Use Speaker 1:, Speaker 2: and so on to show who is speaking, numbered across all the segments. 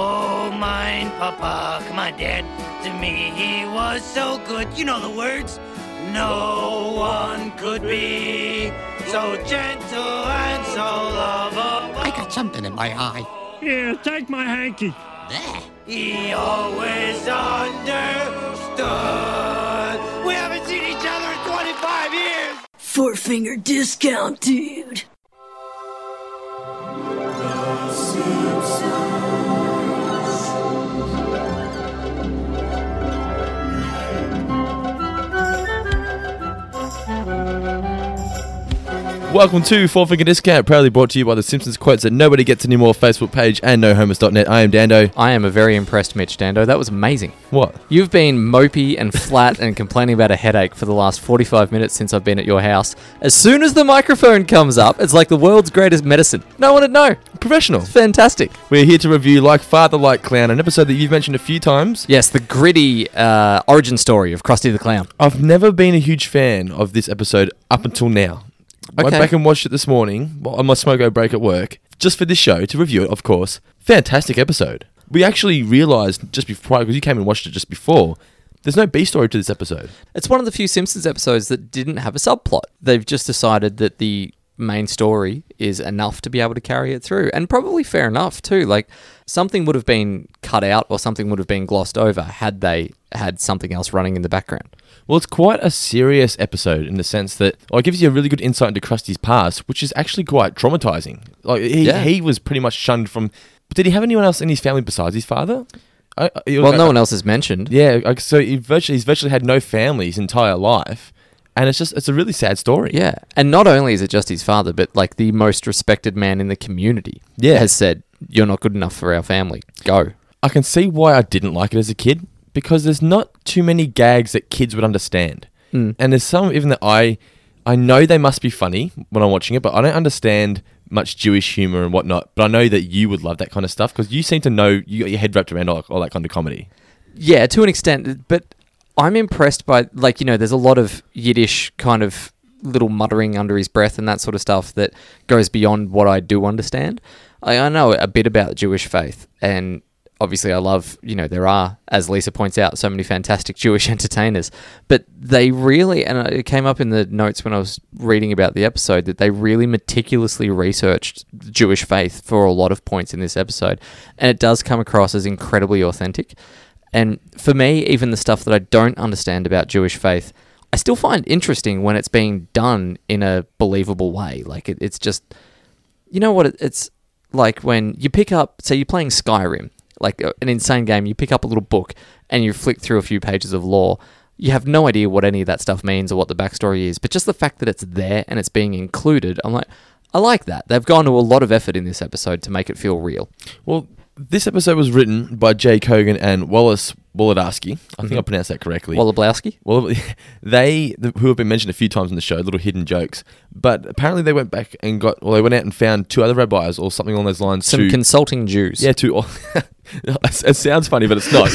Speaker 1: Oh, mine, Papa. Come on, Dad. To me, he was so good. You know the words. No one could be so gentle and so lovable.
Speaker 2: I got something in my eye.
Speaker 3: Here, take my hanky.
Speaker 2: There.
Speaker 1: He always understood. We haven't seen each other in 25 years.
Speaker 4: Four finger discount, dude.
Speaker 5: Welcome to Four Finger Discount, proudly brought to you by the Simpsons quotes that nobody gets anymore Facebook page and nohomers.net. I am Dando.
Speaker 6: I am a very impressed Mitch Dando. That was amazing.
Speaker 5: What?
Speaker 6: You've been mopey and flat and complaining about a headache for the last 45 minutes since I've been at your house. As soon as the microphone comes up, it's like the world's greatest medicine. No one would know.
Speaker 5: Professional.
Speaker 6: Fantastic.
Speaker 5: We're here to review Like Father, Like Clown, an episode that you've mentioned a few times.
Speaker 6: Yes, the gritty uh, origin story of Krusty the Clown.
Speaker 5: I've never been a huge fan of this episode up until now. Went
Speaker 6: Okay.
Speaker 5: back and watched it this morning well, on my smogo break at work, just for this show to review it. Of course, fantastic episode. We actually realised just before because you came and watched it just before. There's no B story to this episode.
Speaker 6: It's one of the few Simpsons episodes that didn't have a subplot. They've just decided that the main story is enough to be able to carry it through, and probably fair enough too. Like something would have been cut out or something would have been glossed over had they had something else running in the background.
Speaker 5: Well, it's quite a serious episode in the sense that well, it gives you a really good insight into Krusty's past, which is actually quite traumatizing. Like he,
Speaker 6: Yeah.
Speaker 5: he was pretty much shunned from. But did he have anyone else in his family besides his father? I, I-
Speaker 6: Well, no one else is mentioned.
Speaker 5: Yeah, like, so he virtually he's virtually had no family his entire life, and it's just it's a really sad story.
Speaker 6: Yeah, and not only is it just his father, but like the most respected man in the community
Speaker 5: Yeah.
Speaker 6: has said, "You're not good enough for our family. Go."
Speaker 5: I can see why I didn't like it as a kid because there's not too many gags that kids would understand, and there's some even that I I know they must be funny when I'm watching it, but I don't understand much Jewish humor and whatnot. But I know that you would love that kind of stuff because you seem to know you got your head wrapped around all, all that kind of comedy.
Speaker 6: Yeah, to an extent, but I'm impressed by like you know, there's a lot of Yiddish kind of little muttering under his breath and that sort of stuff that goes beyond what I do understand. I, I know a bit about Jewish faith, and obviously, I love you know there are, as Lisa points out, so many fantastic Jewish entertainers, but they really and it came up in the notes when I was reading about the episode that they really meticulously researched Jewish faith for a lot of points in this episode, and it does come across as incredibly authentic. And for me, even the stuff that I don't understand about Jewish faith, I still find interesting when it's being done in a believable way. Like it, it's just, you know what? It, it's like when you pick up, say you're playing Skyrim, like uh, an insane game. You pick up a little book and you flick through a few pages of lore. You have no idea what any of that stuff means or what the backstory is, but just the fact that it's there and it's being included, I'm like, I like that. They've gone to a lot of effort in this episode to make it feel real.
Speaker 5: Well, this episode was written by Jay Kogan and Wallace Wolodarski. I think I pronounced that correctly.
Speaker 6: Wallablowski?
Speaker 5: Well, they th- who have been mentioned a few times in the show, little hidden jokes. But apparently, they went back and got. Well, they went out and found two other rabbis or something along those lines.
Speaker 6: Some
Speaker 5: to,
Speaker 6: consulting Jews.
Speaker 5: yeah, to. it sounds funny, but it's not.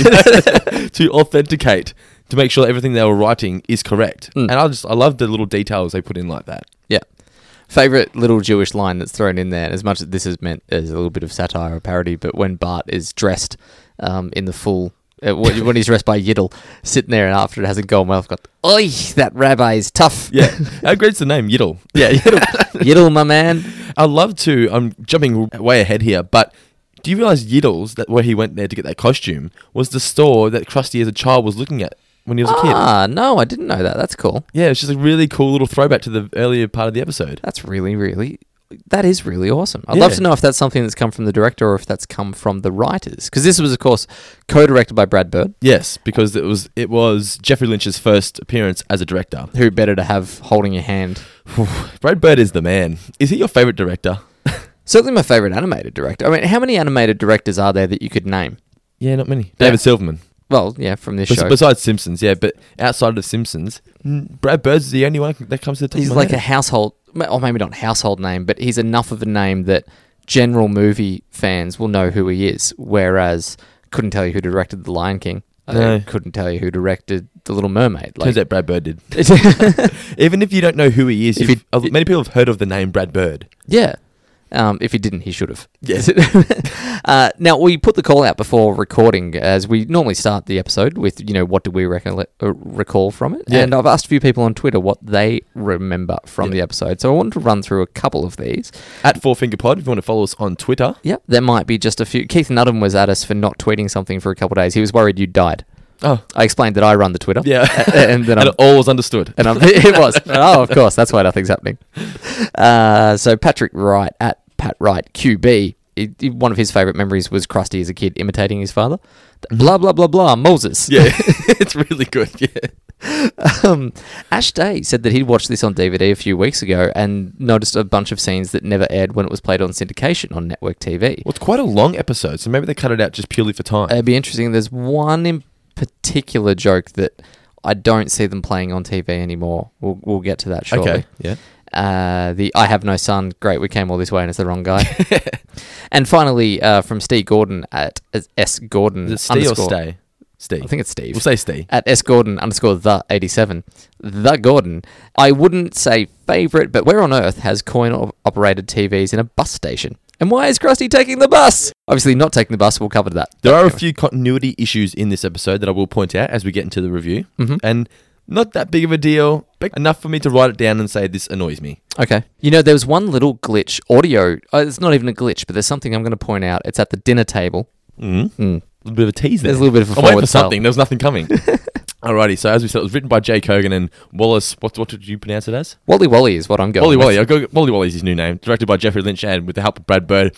Speaker 5: you know? to authenticate, to make sure that everything they were writing is correct.
Speaker 6: Mm.
Speaker 5: And I just, I love the little details they put in like that.
Speaker 6: Yeah. Favorite little Jewish line that's thrown in there, as much as this is meant as a little bit of satire or parody, but when Bart is dressed um, in the full, uh, when when he's dressed by Yiddle, sitting there and after it hasn't gone well, I've got, oi, that rabbi is tough.
Speaker 5: Yeah, how great's the name Yiddle? Yeah, Yiddle.
Speaker 6: Yiddle, my man.
Speaker 5: I love to. I'm jumping way ahead here, but do you realize Yiddles that where he went there to get that costume was the store that Krusty as a child was looking at when he was a kid?
Speaker 6: Ah, no, I didn't know that. That's cool.
Speaker 5: Yeah, it's just a really cool little throwback to the earlier part of the episode.
Speaker 6: That's really, really, that is really awesome. I'd
Speaker 5: Yeah.
Speaker 6: love to know if that's something that's come from the director or if that's come from the writers. Because this was, of course, co directed by Brad Bird.
Speaker 5: Yes, because it was it was Jeffrey Lynch's first appearance as a director.
Speaker 6: Who better to have holding your hand?
Speaker 5: Brad Bird is the man. Is he your favorite director?
Speaker 6: Certainly my favorite animated director. I mean, how many animated directors are there that you could name?
Speaker 5: Yeah, not many. David Silverman.
Speaker 6: Well, yeah, from this
Speaker 5: Bes-
Speaker 6: show.
Speaker 5: besides Simpsons, yeah, but outside of Simpsons, mm, Brad Bird's the only one that comes to the top.
Speaker 6: he's
Speaker 5: of my
Speaker 6: like a
Speaker 5: head.
Speaker 6: household, ma- or maybe not household name, but he's enough of a name that general movie fans will know who he is. Whereas, couldn't tell you who directed The Lion King. I
Speaker 5: No.
Speaker 6: couldn't tell you who directed The Little Mermaid.
Speaker 5: Turns out Brad Bird did. Even if you don't know who he is,
Speaker 6: If
Speaker 5: you've-
Speaker 6: it-
Speaker 5: uh, many people have heard of the name Brad Bird.
Speaker 6: yeah. Um, if he didn't, he should have. Yes. uh, now we put the call out before recording, as we normally start the episode with you know what do we recolle- uh, recall from it,
Speaker 5: Yeah.
Speaker 6: and I've asked a few people on Twitter what they remember from the episode. So I wanted to run through a couple of these.
Speaker 5: At Four Finger Pod, if you want to follow us on Twitter.
Speaker 6: Yeah, there might be just a few. Keith Nuddam was at us for not tweeting something for a couple of days. He was worried you died.
Speaker 5: Oh,
Speaker 6: I explained that I run the Twitter.
Speaker 5: yeah.
Speaker 6: and then
Speaker 5: and
Speaker 6: I'm
Speaker 5: it all was understood.
Speaker 6: and I'm, it was. Oh, of course. That's why nothing's happening. Uh, so Patrick Wright at Pat Wright QB. it- it- one of his favorite memories was Krusty as a kid imitating his father. Blah blah blah blah. Moses.
Speaker 5: Mm-hmm. yeah, it's really good. Yeah.
Speaker 6: Um, Ash Day said that he'd watched this on DVD a few weeks ago and noticed a bunch of scenes that never aired when it was played on syndication on network TV.
Speaker 5: Well, it's quite a long episode, so maybe they cut it out just purely for time.
Speaker 6: It'd be interesting. There's one in particular joke that I don't see them playing on TV anymore. We'll, we'll get to that shortly.
Speaker 5: okay. Yeah.
Speaker 6: Uh, the I have no son. Great, we came all this way and it's the wrong guy. and finally, uh, from Steve Gordon at s- S Gordon.
Speaker 5: Is it Steve or
Speaker 6: underscore-
Speaker 5: Stay? Steve.
Speaker 6: I think it's Steve.
Speaker 5: we'll say Steve.
Speaker 6: at S Gordon underscore the eighty seven, the Gordon. I wouldn't say favorite, but where on earth has coin op- operated TVs in a bus station? And why is Krusty taking the bus? Obviously, not taking the bus. We'll cover that.
Speaker 5: There are a few continuity issues in this episode that I will point out as we get into the review,
Speaker 6: Mm-hmm.
Speaker 5: and not that big of a deal, but enough for me to write it down and say this annoys me.
Speaker 6: Okay. You know, there was one little glitch, audio. Uh, it's not even a glitch, but there's something I'm going to point out. It's at the dinner table.
Speaker 5: A little bit of a tease there.
Speaker 6: There's a little bit of a
Speaker 5: I'm waiting
Speaker 6: forward
Speaker 5: for
Speaker 6: sell.
Speaker 5: something. There was nothing coming. Alrighty, so as we said, it was written by Jay Kogan and Wallace. What, what did you pronounce it as?
Speaker 6: Wally Wally is what I'm going.
Speaker 5: Wally
Speaker 6: with.
Speaker 5: Wally. I'll go, Wally Wally is his new name. Directed by Jeffrey Lynch and with the help of Brad Bird.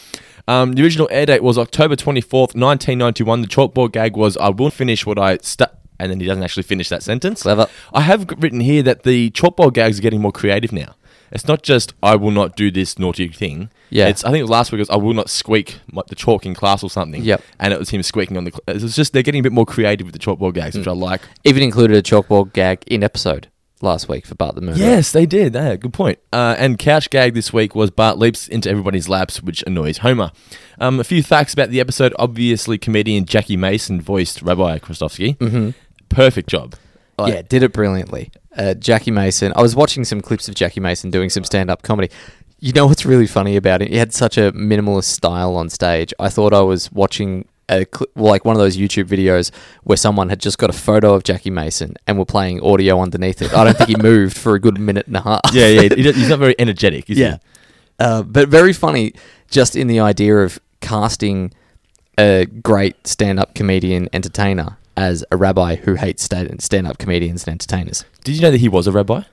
Speaker 5: Um, the original air date was October 24th, 1991. The chalkboard gag was, I will finish what I stu And then he doesn't actually finish that sentence.
Speaker 6: Clever.
Speaker 5: I have g- written here that the chalkboard gags are getting more creative now. It's not just, I will not do this naughty thing.
Speaker 6: Yeah.
Speaker 5: It's, I think last week it was, I will not squeak my, the chalk in class or something.
Speaker 6: Yep.
Speaker 5: And it was him squeaking on the. cl- It was just, they're getting a bit more creative with the chalkboard gags,
Speaker 6: Hmm.
Speaker 5: which I like.
Speaker 6: even included a chalkboard gag in episode last week for Bart the Murderer.
Speaker 5: Yes, they did. Yeah, good point. Uh, and couch gag this week was Bart leaps into everybody's laps, which annoys Homer. Um, a few facts about the episode. Obviously, comedian Jackie Mason voiced Rabbi Kristofsky. Mm-hmm. Perfect job. Like,
Speaker 6: yeah, did it brilliantly. Uh, Jackie Mason. I was watching some clips of Jackie Mason doing some stand-up comedy. You know what's really funny about it? He had such a minimalist style on stage. I thought I was watching a cl- well, like one of those YouTube videos where someone had just got a photo of Jackie Mason and were playing audio underneath it. I don't think he moved for a good minute and a half.
Speaker 5: Yeah, yeah. he- he's not very energetic, is
Speaker 6: Yeah. Uh, but very funny just in the idea of casting a great stand up comedian entertainer as a rabbi who hates stand up comedians and entertainers.
Speaker 5: he? Did you know that he was a rabbi?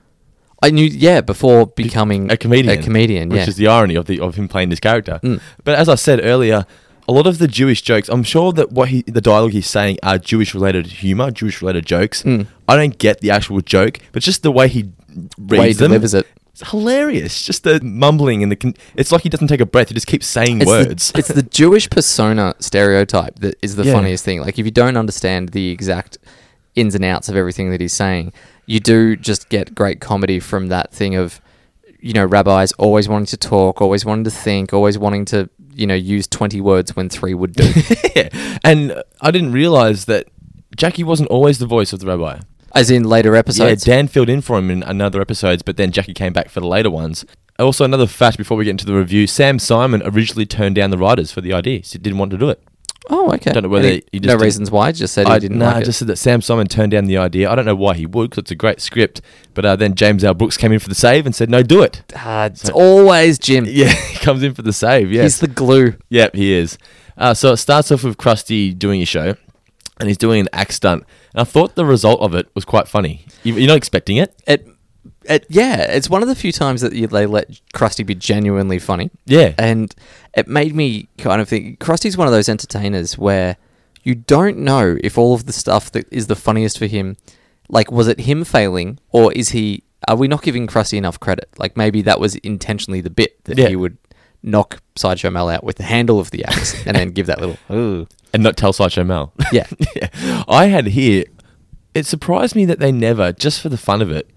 Speaker 6: I knew, yeah, before becoming
Speaker 5: A comedian.
Speaker 6: A comedian,
Speaker 5: Which
Speaker 6: yeah. Mm.
Speaker 5: is the irony of, the, of him playing this character. But as I said earlier, a lot of the Jewish jokes, I'm sure that what he, the dialogue he's saying are Jewish related humor, Jewish related jokes.
Speaker 6: Mm.
Speaker 5: I don't get the actual joke, but just the way he reads
Speaker 6: way he
Speaker 5: them
Speaker 6: delivers it.
Speaker 5: It's hilarious. Just the mumbling and the. Con- it's like he doesn't take a breath. He just keeps saying
Speaker 6: It's
Speaker 5: words.
Speaker 6: The, it's the Jewish persona stereotype that is the
Speaker 5: Yeah.
Speaker 6: funniest thing. Like, if you don't understand the exact ins and outs of everything that he's saying, you do just get great comedy from that thing of, you know, rabbis always wanting to talk, always wanting to think, always wanting to, you know, use 20 words when three would do.
Speaker 5: yeah. And uh, I didn't realize that Jackie wasn't always the voice of the rabbi.
Speaker 6: As in later
Speaker 5: yeah,
Speaker 6: episodes.
Speaker 5: Dan filled in for him in another episodes, but then Jackie came back for the later ones. Also, another fact before we get into the review: Sam Simon originally turned down the writers for the idea. He didn't want to do it.
Speaker 6: oh, okay.
Speaker 5: Don't know whether
Speaker 6: And he-
Speaker 5: he just
Speaker 6: no
Speaker 5: didn't-
Speaker 6: reasons why. Just said he
Speaker 5: I
Speaker 6: didn't
Speaker 5: nah,
Speaker 6: like it.
Speaker 5: just said that Sam Simon turned down the idea. I don't know why he would, because it's a great script. But uh, then James L. Brooks came in for the save and said, "No, do it."
Speaker 6: Ah, it's always Jim.
Speaker 5: Yeah, he comes in for the save. Yeah,
Speaker 6: He's the glue.
Speaker 5: Yep, he is. Uh, so it starts off with Krusty doing a show, and he's doing an axe stunt. And I thought the result of it was quite funny. You- You're not expecting it.
Speaker 6: it, it yeah, it's one of the few times that you, they let Krusty be genuinely funny.
Speaker 5: Yeah.
Speaker 6: and it made me kind of think Krusty's one of those entertainers where you don't know if all of the stuff that is the funniest for him, like was it him failing or is he? Are we not giving Krusty enough credit? Like maybe that was intentionally the bit that
Speaker 5: Yeah.
Speaker 6: he would knock Sideshow Mel out with the handle of the axe and then give that little ooh
Speaker 5: And not tell Sideshow Mel.
Speaker 6: yeah.
Speaker 5: yeah. I had here, it surprised me that they never, just for the fun of it,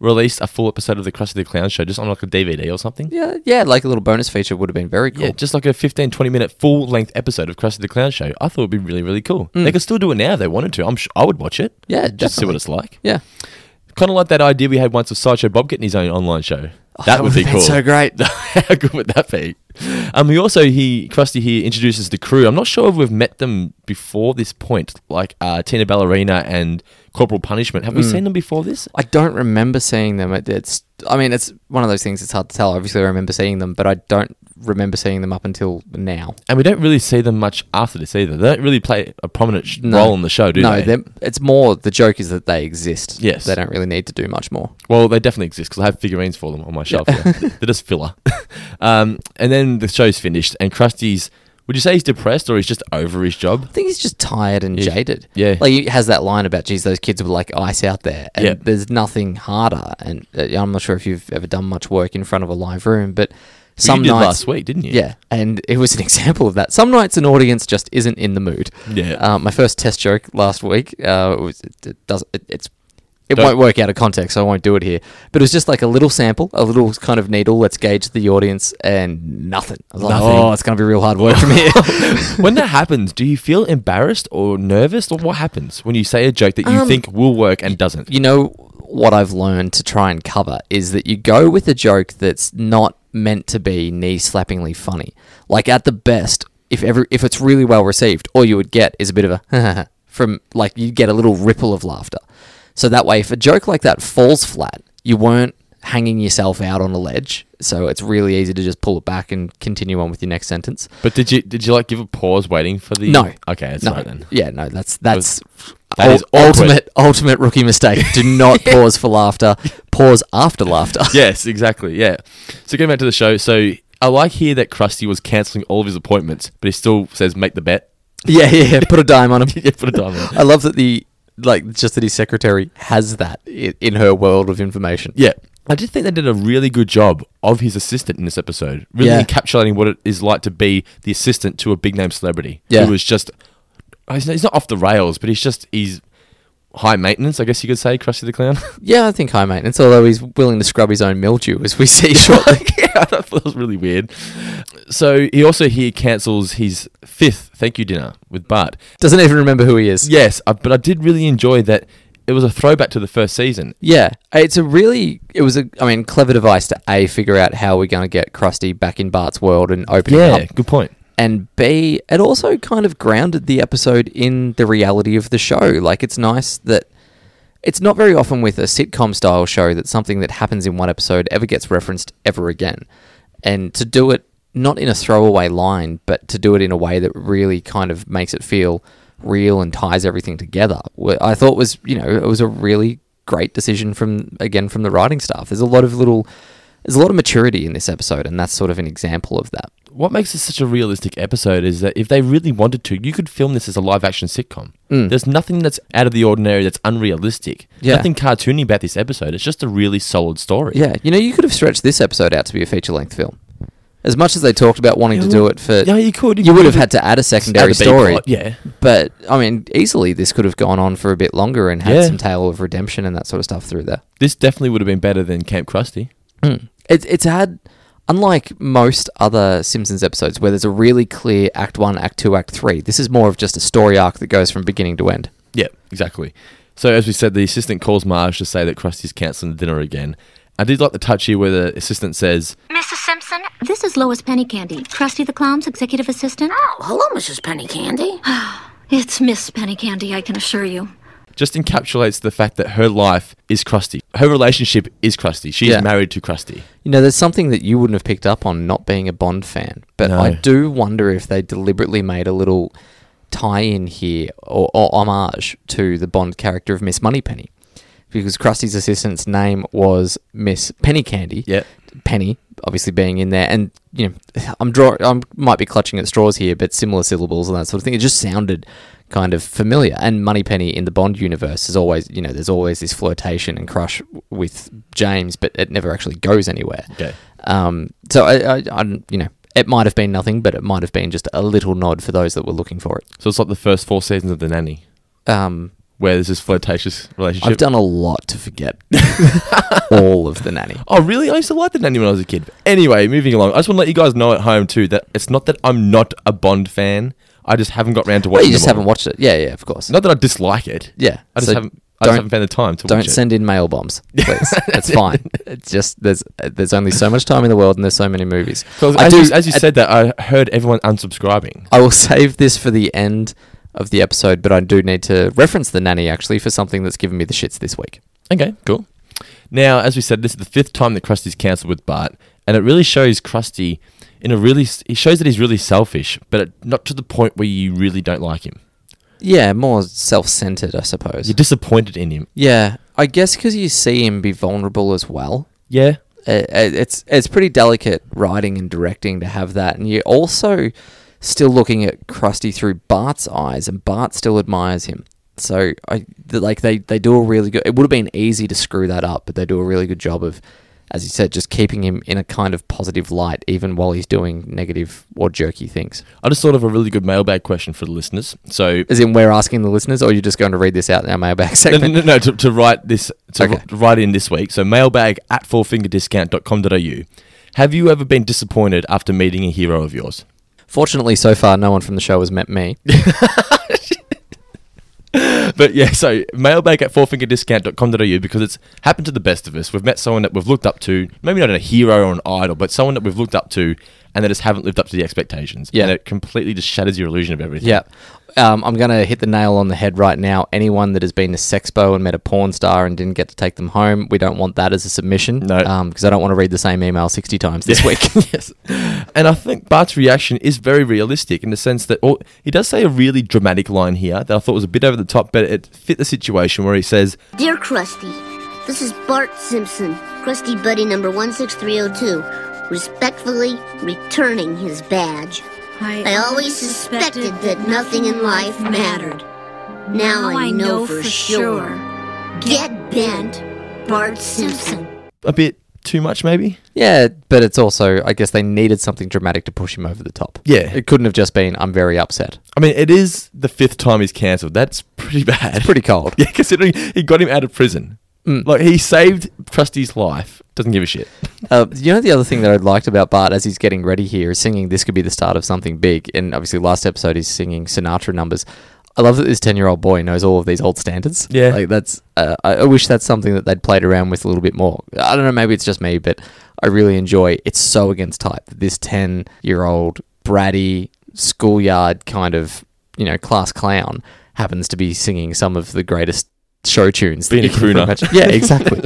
Speaker 5: released a full episode of the Krusty the Clown show, just on like a DVD or something.
Speaker 6: Yeah, yeah, like a little bonus feature would have been very cool.
Speaker 5: Yeah, just like a 15, 20 minute full length episode of Krusty the Clown show. I thought it would be really, really cool. They could still do it now if they wanted to. I'm sh- I would watch it.
Speaker 6: Mm. Yeah,
Speaker 5: just see
Speaker 6: definitely.
Speaker 5: what it's like.
Speaker 6: yeah.
Speaker 5: Kind of like that idea we had once of Sideshow Bob getting his own online show. that, would be
Speaker 6: Oh, would've been
Speaker 5: cool.
Speaker 6: So great.
Speaker 5: How good would that be? Um, he also he Krusty here introduces the crew. I'm not sure if we've met them before this point, like uh, Tina Ballerina and Corporal Punishment. Have
Speaker 6: Hmm.
Speaker 5: we seen them before this?
Speaker 6: I don't remember seeing them. It, it's, I mean, it's one of those things. It's hard to tell. Obviously, I remember seeing them, but I don't remember seeing them up until now.
Speaker 5: And we don't really see them much after this either. They don't really play a prominent sh-
Speaker 6: No.
Speaker 5: role in the show, do
Speaker 6: no,
Speaker 5: they?
Speaker 6: they're- it's more the joke is that they exist.
Speaker 5: Yes.
Speaker 6: they don't really need to do much more.
Speaker 5: Well, they definitely exist because I have figurines for them on my shelf. here. They're just filler. um, and then the show's finished, and Krusty's. Would you say he's depressed or he's just over his job?
Speaker 6: I think he's just tired and
Speaker 5: Yeah.
Speaker 6: jaded.
Speaker 5: Yeah.
Speaker 6: like he has that line about, "Geez, those kids were like ice out there," and
Speaker 5: Yeah.
Speaker 6: there's nothing harder. And uh, I'm not sure if you've ever done much work in front of a live room, but some
Speaker 5: you did
Speaker 6: nights
Speaker 5: last week, didn't you?
Speaker 6: Yeah, and it was an example of that. Some nights an audience just isn't in the mood.
Speaker 5: Yeah.
Speaker 6: Uh, my first test joke last week uh, it was it, it does it, it's it
Speaker 5: Don't-
Speaker 6: won't work out of context, so I won't do it here. But it was just like a little sample, a little kind of needle. Let's gauge the audience, and nothing. I was like,
Speaker 5: Nothing.
Speaker 6: oh, it's going to be real hard work from here.
Speaker 5: when that happens, do you feel embarrassed or nervous, or what happens when you say a joke that you
Speaker 6: Um,
Speaker 5: think will work and doesn't?
Speaker 6: you know what I've learned to try and cover is that you go with a joke that's not meant to be knee slappingly funny. Like at the best, if ever if it's really well received, all you would get is a bit of a from like you get a little ripple of laughter. So that way, if a joke like that falls flat, you weren't hanging yourself out on a ledge. So it's really easy to just pull it back and continue on with your next sentence.
Speaker 5: But did you did you like give a pause waiting for the?
Speaker 6: No.
Speaker 5: Okay, that's
Speaker 6: no.
Speaker 5: right then.
Speaker 6: Yeah, no, that's that's
Speaker 5: That
Speaker 6: ul-
Speaker 5: is awkward.
Speaker 6: ultimate ultimate rookie mistake. Do not pause for laughter. Pause after laughter.
Speaker 5: Yes, exactly. Yeah. So going back to the show, so I like here that Krusty was cancelling all of his appointments, but he still says make the bet.
Speaker 6: yeah, yeah, yeah. Put a dime on him.
Speaker 5: yeah, put a dime on.
Speaker 6: I love that the like just that his secretary has that in, in her world of information.
Speaker 5: Yeah. I did think they did a really good job of his assistant in this episode, really
Speaker 6: Yeah.
Speaker 5: encapsulating what it is like to be the assistant to a big name celebrity.
Speaker 6: Yeah.
Speaker 5: Who was just, uh, he's he's not off the rails, but he's just, he's high maintenance, I guess you could say, Krusty the Clown.
Speaker 6: Yeah, I think high maintenance. Although he's willing to scrub his own mildew, as we see shortly.
Speaker 5: yeah, I thought that was really weird. So he also here cancels his fifth thank you dinner with Bart.
Speaker 6: Doesn't even remember who he is.
Speaker 5: Yes, I, but I did really enjoy that it was a throwback to the first season.
Speaker 6: Yeah, it's a really it was a I mean clever device to a figure out how we're going to get Krusty back in Bart's world and open it up
Speaker 5: good point.
Speaker 6: and B, it also kind of grounded the episode in the reality of the show. Like, it's nice that it's not very often with a sitcom style show that something that happens in one episode ever gets referenced ever again. And to do it not in a throwaway line, but to do it in a way that really kind of makes it feel real and ties everything together, wh- I thought was, you know, it was a really great decision from, again, from the writing staff. There's a lot of little. There's a lot of maturity in this episode, and that's sort of an example of that.
Speaker 5: What makes this such a realistic episode is that if they really wanted to, you could film this as a live action sitcom. There's nothing that's out of the ordinary that's unrealistic.
Speaker 6: Mm. Yeah.
Speaker 5: Nothing cartoony about this episode. It's just a really solid story.
Speaker 6: Yeah, you know, you could have stretched this episode out to be a feature length film. As much as they talked about wanting to do it for,
Speaker 5: Yeah, you could.
Speaker 6: you would have
Speaker 5: could
Speaker 6: had to add a secondary
Speaker 5: add the B
Speaker 6: story.
Speaker 5: plot, yeah.
Speaker 6: but I mean, easily this could have gone on for a bit longer and had
Speaker 5: Yeah.
Speaker 6: some tale of redemption and that sort of stuff through there.
Speaker 5: This definitely would have been better than Camp Krusty.
Speaker 6: It's it's had, unlike most other Simpsons episodes where there's a really clear Act One, Act Two, Act Three. This is more of just a story arc that goes from beginning to end.
Speaker 5: Yeah, exactly. So as we said, the assistant calls Marge to say that Krusty's cancelling the dinner again. I did like the touch here where the assistant says,
Speaker 2: Mrs. Simpson,
Speaker 7: This is Lois Pennycandy, Krusty the Clown's executive assistant.
Speaker 2: oh, hello, Mrs. Pennycandy.
Speaker 7: It's Miss Pennycandy, I can assure you.
Speaker 5: just encapsulates the fact that her life is Krusty. Her relationship is Krusty. She's
Speaker 6: Yeah.
Speaker 5: married to Krusty.
Speaker 6: You know, there's something that you wouldn't have picked up on not being a Bond fan, but
Speaker 5: No.
Speaker 6: I do wonder if they deliberately made a little tie-in here or, or homage to the Bond character of Miss Moneypenny, because Krusty's assistant's name was Miss Pennycandy.
Speaker 5: Yep.
Speaker 6: Penny, obviously being in there, and you know, I'm draw, I might be clutching at straws here, but similar syllables and that sort of thing. It just sounded kind of familiar. And Moneypenny in the Bond universe is always, you know, there's always this flirtation and crush with James, but it never actually goes anywhere.
Speaker 5: Okay.
Speaker 6: Um, so I, I, I, you know, it might have been nothing, but it might have been just a little nod for those that were looking for it.
Speaker 5: So it's like the first four seasons of The Nanny,
Speaker 6: Um,
Speaker 5: where there's this flirtatious relationship.
Speaker 6: I've done a lot to forget all of the nanny.
Speaker 5: Oh, really? I used to like The Nanny when I was a kid. Anyway, moving along. I just want to let you guys know at home, too, that it's not that I'm not a Bond fan. I just haven't got round to
Speaker 6: Well,
Speaker 5: watching
Speaker 6: you just
Speaker 5: them all.
Speaker 6: haven't watched it. Yeah, yeah, of course.
Speaker 5: Not that I dislike it.
Speaker 6: Yeah,
Speaker 5: I just
Speaker 6: so-
Speaker 5: haven't. I I just
Speaker 6: Don't-
Speaker 5: haven't found the time to watch
Speaker 6: Don't
Speaker 5: it.
Speaker 6: send in mail bombs, please. That's fine. It's just there's there's only so much time in the world, and there's so many movies.
Speaker 5: 'Cause
Speaker 6: I
Speaker 5: as,
Speaker 6: do-
Speaker 5: you, as you
Speaker 6: I-
Speaker 5: said that, I heard everyone unsubscribing.
Speaker 6: I will save this for the end of the episode, but I do need to reference the nanny actually for something that's given me the shits this week.
Speaker 5: Okay, cool. Now, as we said, this is the fifth time that Krusty's cancelled with Bart, and it really shows Krusty in a really. s- It shows that he's really selfish, but it, not to the point where you really don't like him.
Speaker 6: Yeah, more self-centered, I suppose.
Speaker 5: You're disappointed in him.
Speaker 6: yeah, I guess because you see him be vulnerable as well.
Speaker 5: Yeah.
Speaker 6: Uh, It's it's pretty delicate writing and directing to have that, and you're also still looking at Krusty through Bart's eyes, and Bart still admires him. So I th- like they they do a really good. It would have been easy to screw that up, but they do a really good job of, as you said, just keeping him in a kind of positive light, even while he's doing negative or jerky things.
Speaker 5: I just thought of a really good mailbag question for the listeners. So
Speaker 6: As in, we're asking the listeners, or you're just going to read this out in our mailbag
Speaker 5: No,
Speaker 6: segment?
Speaker 5: no, no, no, to, to write this, to
Speaker 6: Okay.
Speaker 5: wr- write in this week. So mailbag at fourfingerdiscount.com.au. Have you ever been disappointed after meeting a hero of yours?
Speaker 6: Fortunately, so far, no one from the show has met me.
Speaker 5: But yeah, so mailbag at fourfingerdiscount.com.au because it's happened to the best of us. We've met someone that we've looked up to, maybe not a hero or an idol, but someone that we've looked up to and they just haven't lived up to the expectations.
Speaker 6: Yeah.
Speaker 5: And it completely just shatters your illusion of everything.
Speaker 6: yeah. Um, I'm going to hit the nail on the head right now. Anyone that has been to Sexpo and met a porn star and didn't get to take them home, we don't want that as a submission.
Speaker 5: No.
Speaker 6: Because I don't want to read the same email 60 times this week.
Speaker 5: yes. And I think Bart's reaction is very realistic in the sense that well, he does say a really dramatic line here that I thought was a bit over the top, but it fit the situation where he says,
Speaker 8: Dear Krusty, this is Bart Simpson, Krusty Buddy number 16302, respectfully returning his badge. I always suspected that nothing in life mattered. Now I know for sure. Get bent, Bart Simpson.
Speaker 5: a bit too much, maybe.
Speaker 6: yeah, but it's also, I guess they needed something dramatic to push him over the top.
Speaker 5: Yeah.
Speaker 6: It couldn't have just been, I'm very upset.
Speaker 5: I mean, it is the fifth time he's cancelled. That's pretty bad.
Speaker 6: Pretty cold. Mm.
Speaker 5: yeah, considering he got him out of prison. Like, he saved Trusty's life. Doesn't give a shit.
Speaker 6: Uh, you know the other thing that I liked about Bart as he's getting ready here is singing "This could be the start of something big," and obviously last episode he's singing Sinatra numbers. I love that this ten-year-old boy knows all of these old standards.
Speaker 5: Yeah.
Speaker 6: like that's. Uh, I, I wish that's something that they'd played around with a little bit more. I don't know. Maybe it's just me, but I really enjoy. It's so against type that this ten-year-old bratty schoolyard kind of you know class clown happens to be singing some of the greatest show tunes. that
Speaker 5: Being
Speaker 6: you
Speaker 5: a
Speaker 6: can pretty
Speaker 5: crooner.
Speaker 6: much- Yeah, exactly.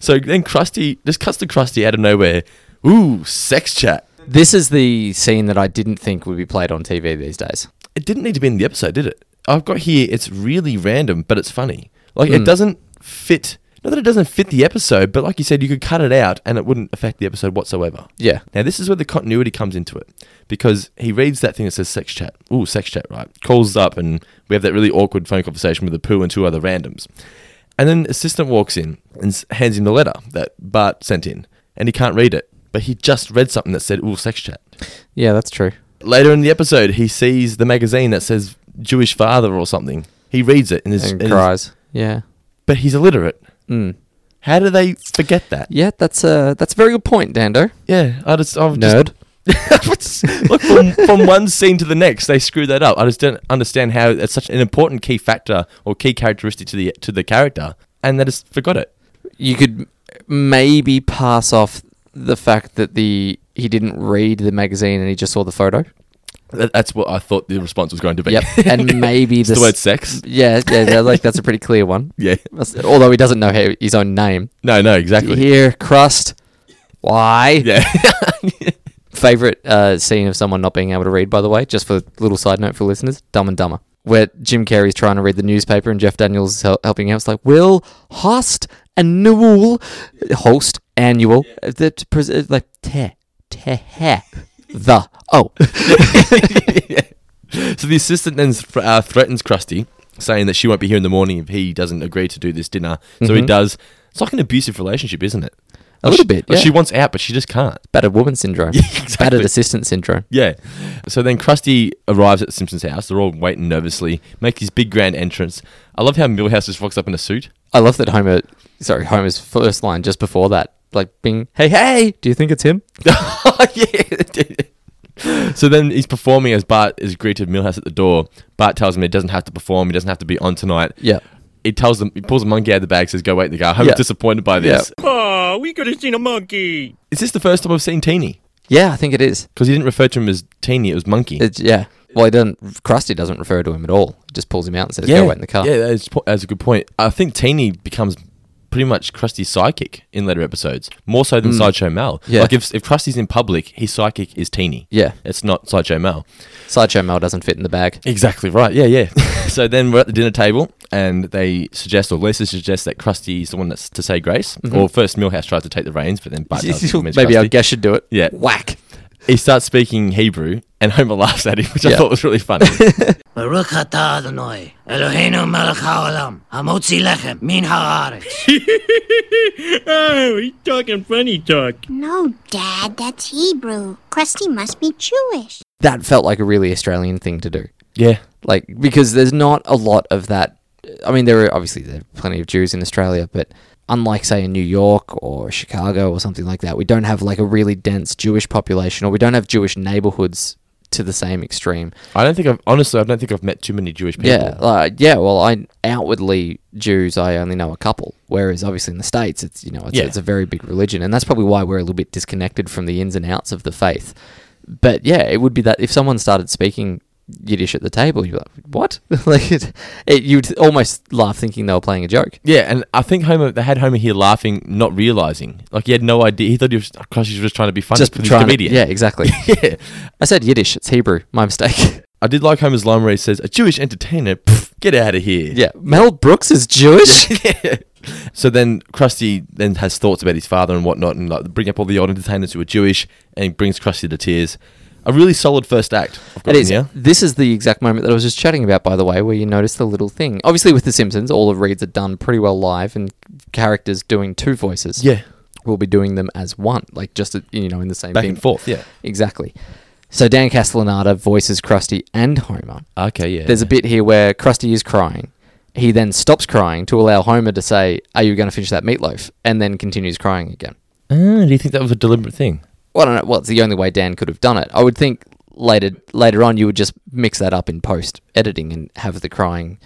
Speaker 5: So then Krusty just cuts to Krusty out of nowhere. Ooh, sex chat.
Speaker 6: This is the scene that I didn't think would be played on TV these days.
Speaker 5: It didn't need to be in the episode, did it? I've got here, it's really random, but it's funny. Like, it doesn't fit. Not that it doesn't fit the episode, but like you said, you could cut it out and it wouldn't affect the episode whatsoever.
Speaker 6: Yeah.
Speaker 5: Now, this is where the continuity comes into it because he reads that thing that says sex chat. Ooh, sex chat, right? Calls up, and we have that really awkward phone conversation with the poo and two other randoms. And then assistant walks in and s- hands him the letter that Bart sent in, and he can't read it, but he just read something that said, ooh, sex chat.
Speaker 6: Yeah, that's true.
Speaker 5: Later in the episode, he sees the magazine that says Jewish father or something. He reads it and, is,
Speaker 6: And
Speaker 5: and is-
Speaker 6: cries. Hmm. Yeah.
Speaker 5: but he's illiterate. How do they forget that?
Speaker 6: Yeah, that's a that's a very good point, Dando.
Speaker 5: Yeah, I just, I've just
Speaker 6: Nerd.
Speaker 5: What's- Look, from, from one scene to the next, they screw that up. I just don't understand how it's such an important key factor or key characteristic to the to the character, and they just forgot it.
Speaker 6: You could maybe pass off the fact that the he didn't read the magazine and he just saw the photo.
Speaker 5: That- That's what I thought the response was going to be.
Speaker 6: Yep. And maybe
Speaker 5: It's
Speaker 6: this
Speaker 5: the word sex.
Speaker 6: Yeah, yeah, yeah, like that's a pretty clear one.
Speaker 5: Yeah.
Speaker 6: That's- Although he doesn't know he- his own name.
Speaker 5: No, no, exactly.
Speaker 6: Here, crust. Why?
Speaker 5: Yeah.
Speaker 6: favorite uh, scene of someone not being able to read, by the way, just for a little side note for listeners, Dumb and Dumber, where Jim Carrey's trying to read the newspaper and Jeff Daniels is hel- helping out. It's like, will host annual, host annual, uh, that pres- uh, like, te, te, he, the, oh.
Speaker 5: so the assistant then th- uh, threatens Krusty, saying that she won't be here in the morning if he doesn't agree to do this dinner. So he
Speaker 6: Mhm.
Speaker 5: does. It's like an abusive relationship, isn't it?
Speaker 6: A
Speaker 5: Like
Speaker 6: little
Speaker 5: she-
Speaker 6: bit,
Speaker 5: like
Speaker 6: yeah.
Speaker 5: She wants out, but she just can't.
Speaker 6: Battered woman syndrome.
Speaker 5: exactly.
Speaker 6: Battered assistant syndrome.
Speaker 5: Yeah. So then Krusty arrives at Simpson's house. They're all waiting nervously, make his big grand entrance. I love how Millhouse just rocks up in a suit.
Speaker 6: I love that Homer, sorry, Homer's first line just before that, like, bing, hey, hey, do you think it's him?
Speaker 5: yeah. so then he's performing as Bart is greeted Millhouse at the door. Bart tells him he doesn't have to perform, he doesn't have to be on tonight.
Speaker 6: Yeah.
Speaker 5: he tells them, he pulls a monkey out of the bag, says, "Go wait in the car." I'm
Speaker 6: Yeah.
Speaker 5: disappointed by this.
Speaker 3: Oh, we could have seen a monkey.
Speaker 5: Is this the first time I've seen Teeny?
Speaker 6: Yeah, I think it is.
Speaker 5: Because he didn't refer to him as Teeny; it was Monkey.
Speaker 6: It's, yeah. Well, he doesn't. Krusty doesn't refer to him at all. He just pulls him out and says, "Go wait in the car."
Speaker 5: Yeah, that's, po- that's a good point. I think Teeny becomes pretty much Krusty's sidekick in later episodes, more so than Sideshow Mel.
Speaker 6: Yeah.
Speaker 5: Like if if Krusty's in public, his sidekick is Teeny.
Speaker 6: Yeah.
Speaker 5: it's not Sideshow Mel.
Speaker 6: Sideshow Mel doesn't fit in the bag.
Speaker 5: Exactly right. Yeah, yeah. so then we're at the dinner table, and they suggest, or Lisa suggests, that Krusty is the one that's to say grace. Or first, Millhouse tries to take the reins, but then Bart does convince
Speaker 6: Maybe our
Speaker 5: Krusty.
Speaker 6: guest should do it.
Speaker 5: Yeah.
Speaker 6: Whack.
Speaker 5: He starts speaking Hebrew, and Homer laughs at him, which I
Speaker 6: Yeah.
Speaker 5: thought was really funny.
Speaker 1: Baruch atah Adonai, Eloheinu melech haolam, hamotzi lechem min haaretz.
Speaker 3: Oh, he's talking funny talk.
Speaker 9: No, Dad, that's Hebrew. Krusty must be Jewish.
Speaker 6: That felt like a really Australian thing to do.
Speaker 5: yeah,
Speaker 6: like because there's not a lot of that. I mean, there are obviously there are plenty of Jews in Australia, but unlike say in New York or Chicago or something like that, we don't have like a really dense Jewish population, or we don't have Jewish neighborhoods to the same extreme.
Speaker 5: I don't think I've honestly, I don't think I've met too many Jewish people.
Speaker 6: Yeah, like yeah. Well, I outwardly Jews, I only know a couple. Whereas obviously in the states, it's you know it's,
Speaker 5: Yeah.
Speaker 6: it's a very big religion, and that's probably why we're a little bit disconnected from the ins and outs of the faith. But yeah, it would be that if someone started speaking Yiddish at the table, you'd be like, "What?" like it, it, you'd almost laugh thinking they were playing a joke.
Speaker 5: Yeah, and I think Homer they had Homer here laughing, not realizing. Like he had no idea. He thought he was because he was just trying to be funny.
Speaker 6: Just
Speaker 5: because he's a
Speaker 6: trying. To,
Speaker 5: comedian.
Speaker 6: yeah, exactly.
Speaker 5: yeah.
Speaker 6: I said Yiddish. It's Hebrew. My mistake.
Speaker 5: I did like Homer's line where he says, "A Jewish entertainer, pff, get out of here."
Speaker 6: yeah, Mel Brooks is Jewish.
Speaker 5: So then Krusty then has thoughts about his father and whatnot, and like bring up all the old entertainers who were Jewish, and he brings Krusty to tears. A really solid first act. I've got
Speaker 6: It is.
Speaker 5: Yeah.
Speaker 6: This is the exact moment that I was just chatting about, by the way, where you notice the little thing. Obviously, with The Simpsons, all the reads are done pretty well live, and characters doing two voices.
Speaker 5: Yeah.
Speaker 6: we'll be doing them as one, like just uh, you know in the same
Speaker 5: Back
Speaker 6: thing.
Speaker 5: and forth. Yeah.
Speaker 6: Exactly. So Dan Castellanata voices Krusty and Homer.
Speaker 5: Okay. Yeah.
Speaker 6: There's a bit here where Krusty is crying. He then stops crying to allow Homer to say, "Are you going to finish that meatloaf?" and then continues crying again.
Speaker 5: Ah, do you think that was a deliberate thing?
Speaker 6: Well, I don't know. Well, it's the only way Dan could have done it. I would think later later on you would just mix that up in post editing and have the crying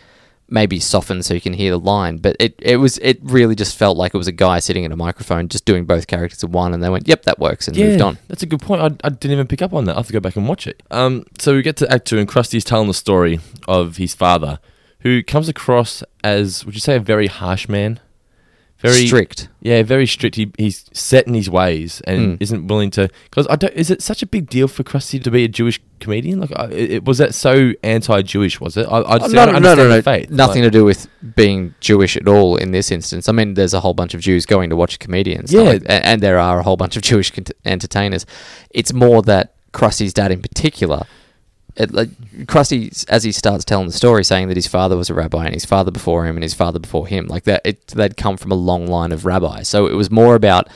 Speaker 6: maybe softened so you can hear the line. But it, it was it really just felt like it was a guy sitting at a microphone just doing both characters at one, and they went, "Yep, that works," and moved on.
Speaker 5: That's a good point. I, I didn't even pick up on that. I have to go back and watch it. Um, so we get to Act Two, and Krusty's telling the story of his father, who comes across as would you say a very harsh man, very
Speaker 6: Strict.
Speaker 5: Yeah, very strict. He, he's set in his ways
Speaker 6: Hmm.
Speaker 5: and isn't willing to. Because I don't. Is it such a big deal for Krusty to be a Jewish comedian? Like, I, it, it- was that so anti-Jewish? Was it? I,
Speaker 6: Uh,
Speaker 5: I just I don't understand the faith.
Speaker 6: Nothing
Speaker 5: Like,
Speaker 6: to do with being Jewish at all in this instance. I mean, there's a whole bunch of Jews going to watch comedians.
Speaker 5: Yeah.
Speaker 6: Like, a- and, there are a whole bunch of Jewish cont- entertainers. It's more that Krusty's dad in particular. It, like, Krusty, as he starts telling the story, saying that his father was a rabbi and his father before him and his father before him, like that, it, they'd come from a long line of rabbis. So it was more about,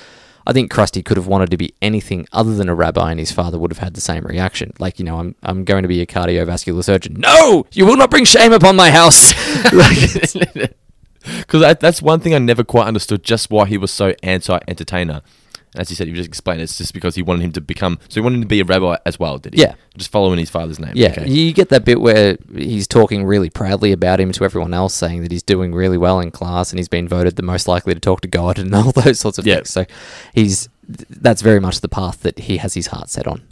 Speaker 6: I think Krusty could have wanted to be anything other than a rabbi, and his father would have had the same reaction. Like, you know, I'm, I'm going to be a cardiovascular surgeon. No, you will not bring shame upon my house. like,
Speaker 5: Because that, that's one thing I never quite understood just why he was so anti entertainer. As you said, you just explained it's just because he wanted him to become. So he wanted him to be a rabbi as well, did he?
Speaker 6: Yeah.
Speaker 5: Just following his father's name.
Speaker 6: Yeah,
Speaker 5: Okay.
Speaker 6: you get that bit where he's talking really proudly about him to everyone else, saying that he's doing really well in class and he's been voted the most likely to talk to God and all those sorts of
Speaker 5: Yeah.
Speaker 6: things. So he's th- that's very much the path that he has his heart set on.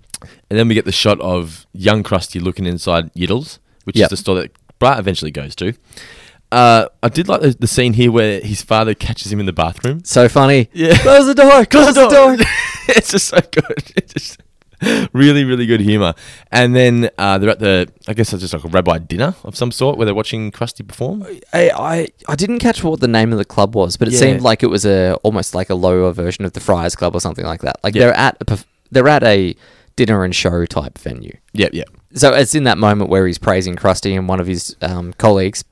Speaker 5: And then we get the shot of young Krusty looking inside Yiddles, which
Speaker 6: Yep.
Speaker 5: is the store that Bart eventually goes to. Uh, I did like the, the scene here where his father catches him in the bathroom.
Speaker 6: So funny.
Speaker 5: Yeah.
Speaker 6: Close the door. Close, the door.
Speaker 5: it's just so good. It's just really, really good humor. And then uh, they're at the, I guess it's just like a rabbi dinner of some sort where they're watching Krusty perform.
Speaker 6: I, I I didn't catch what the name of the club was, but it
Speaker 5: Yeah.
Speaker 6: seemed like it was a almost like a lower version of the Friars Club or something like that. Like
Speaker 5: Yeah.
Speaker 6: they're at a, perf- they're at a dinner and show type venue.
Speaker 5: Yeah, yeah.
Speaker 6: so it's in that moment where he's praising Krusty, and one of his um, colleagues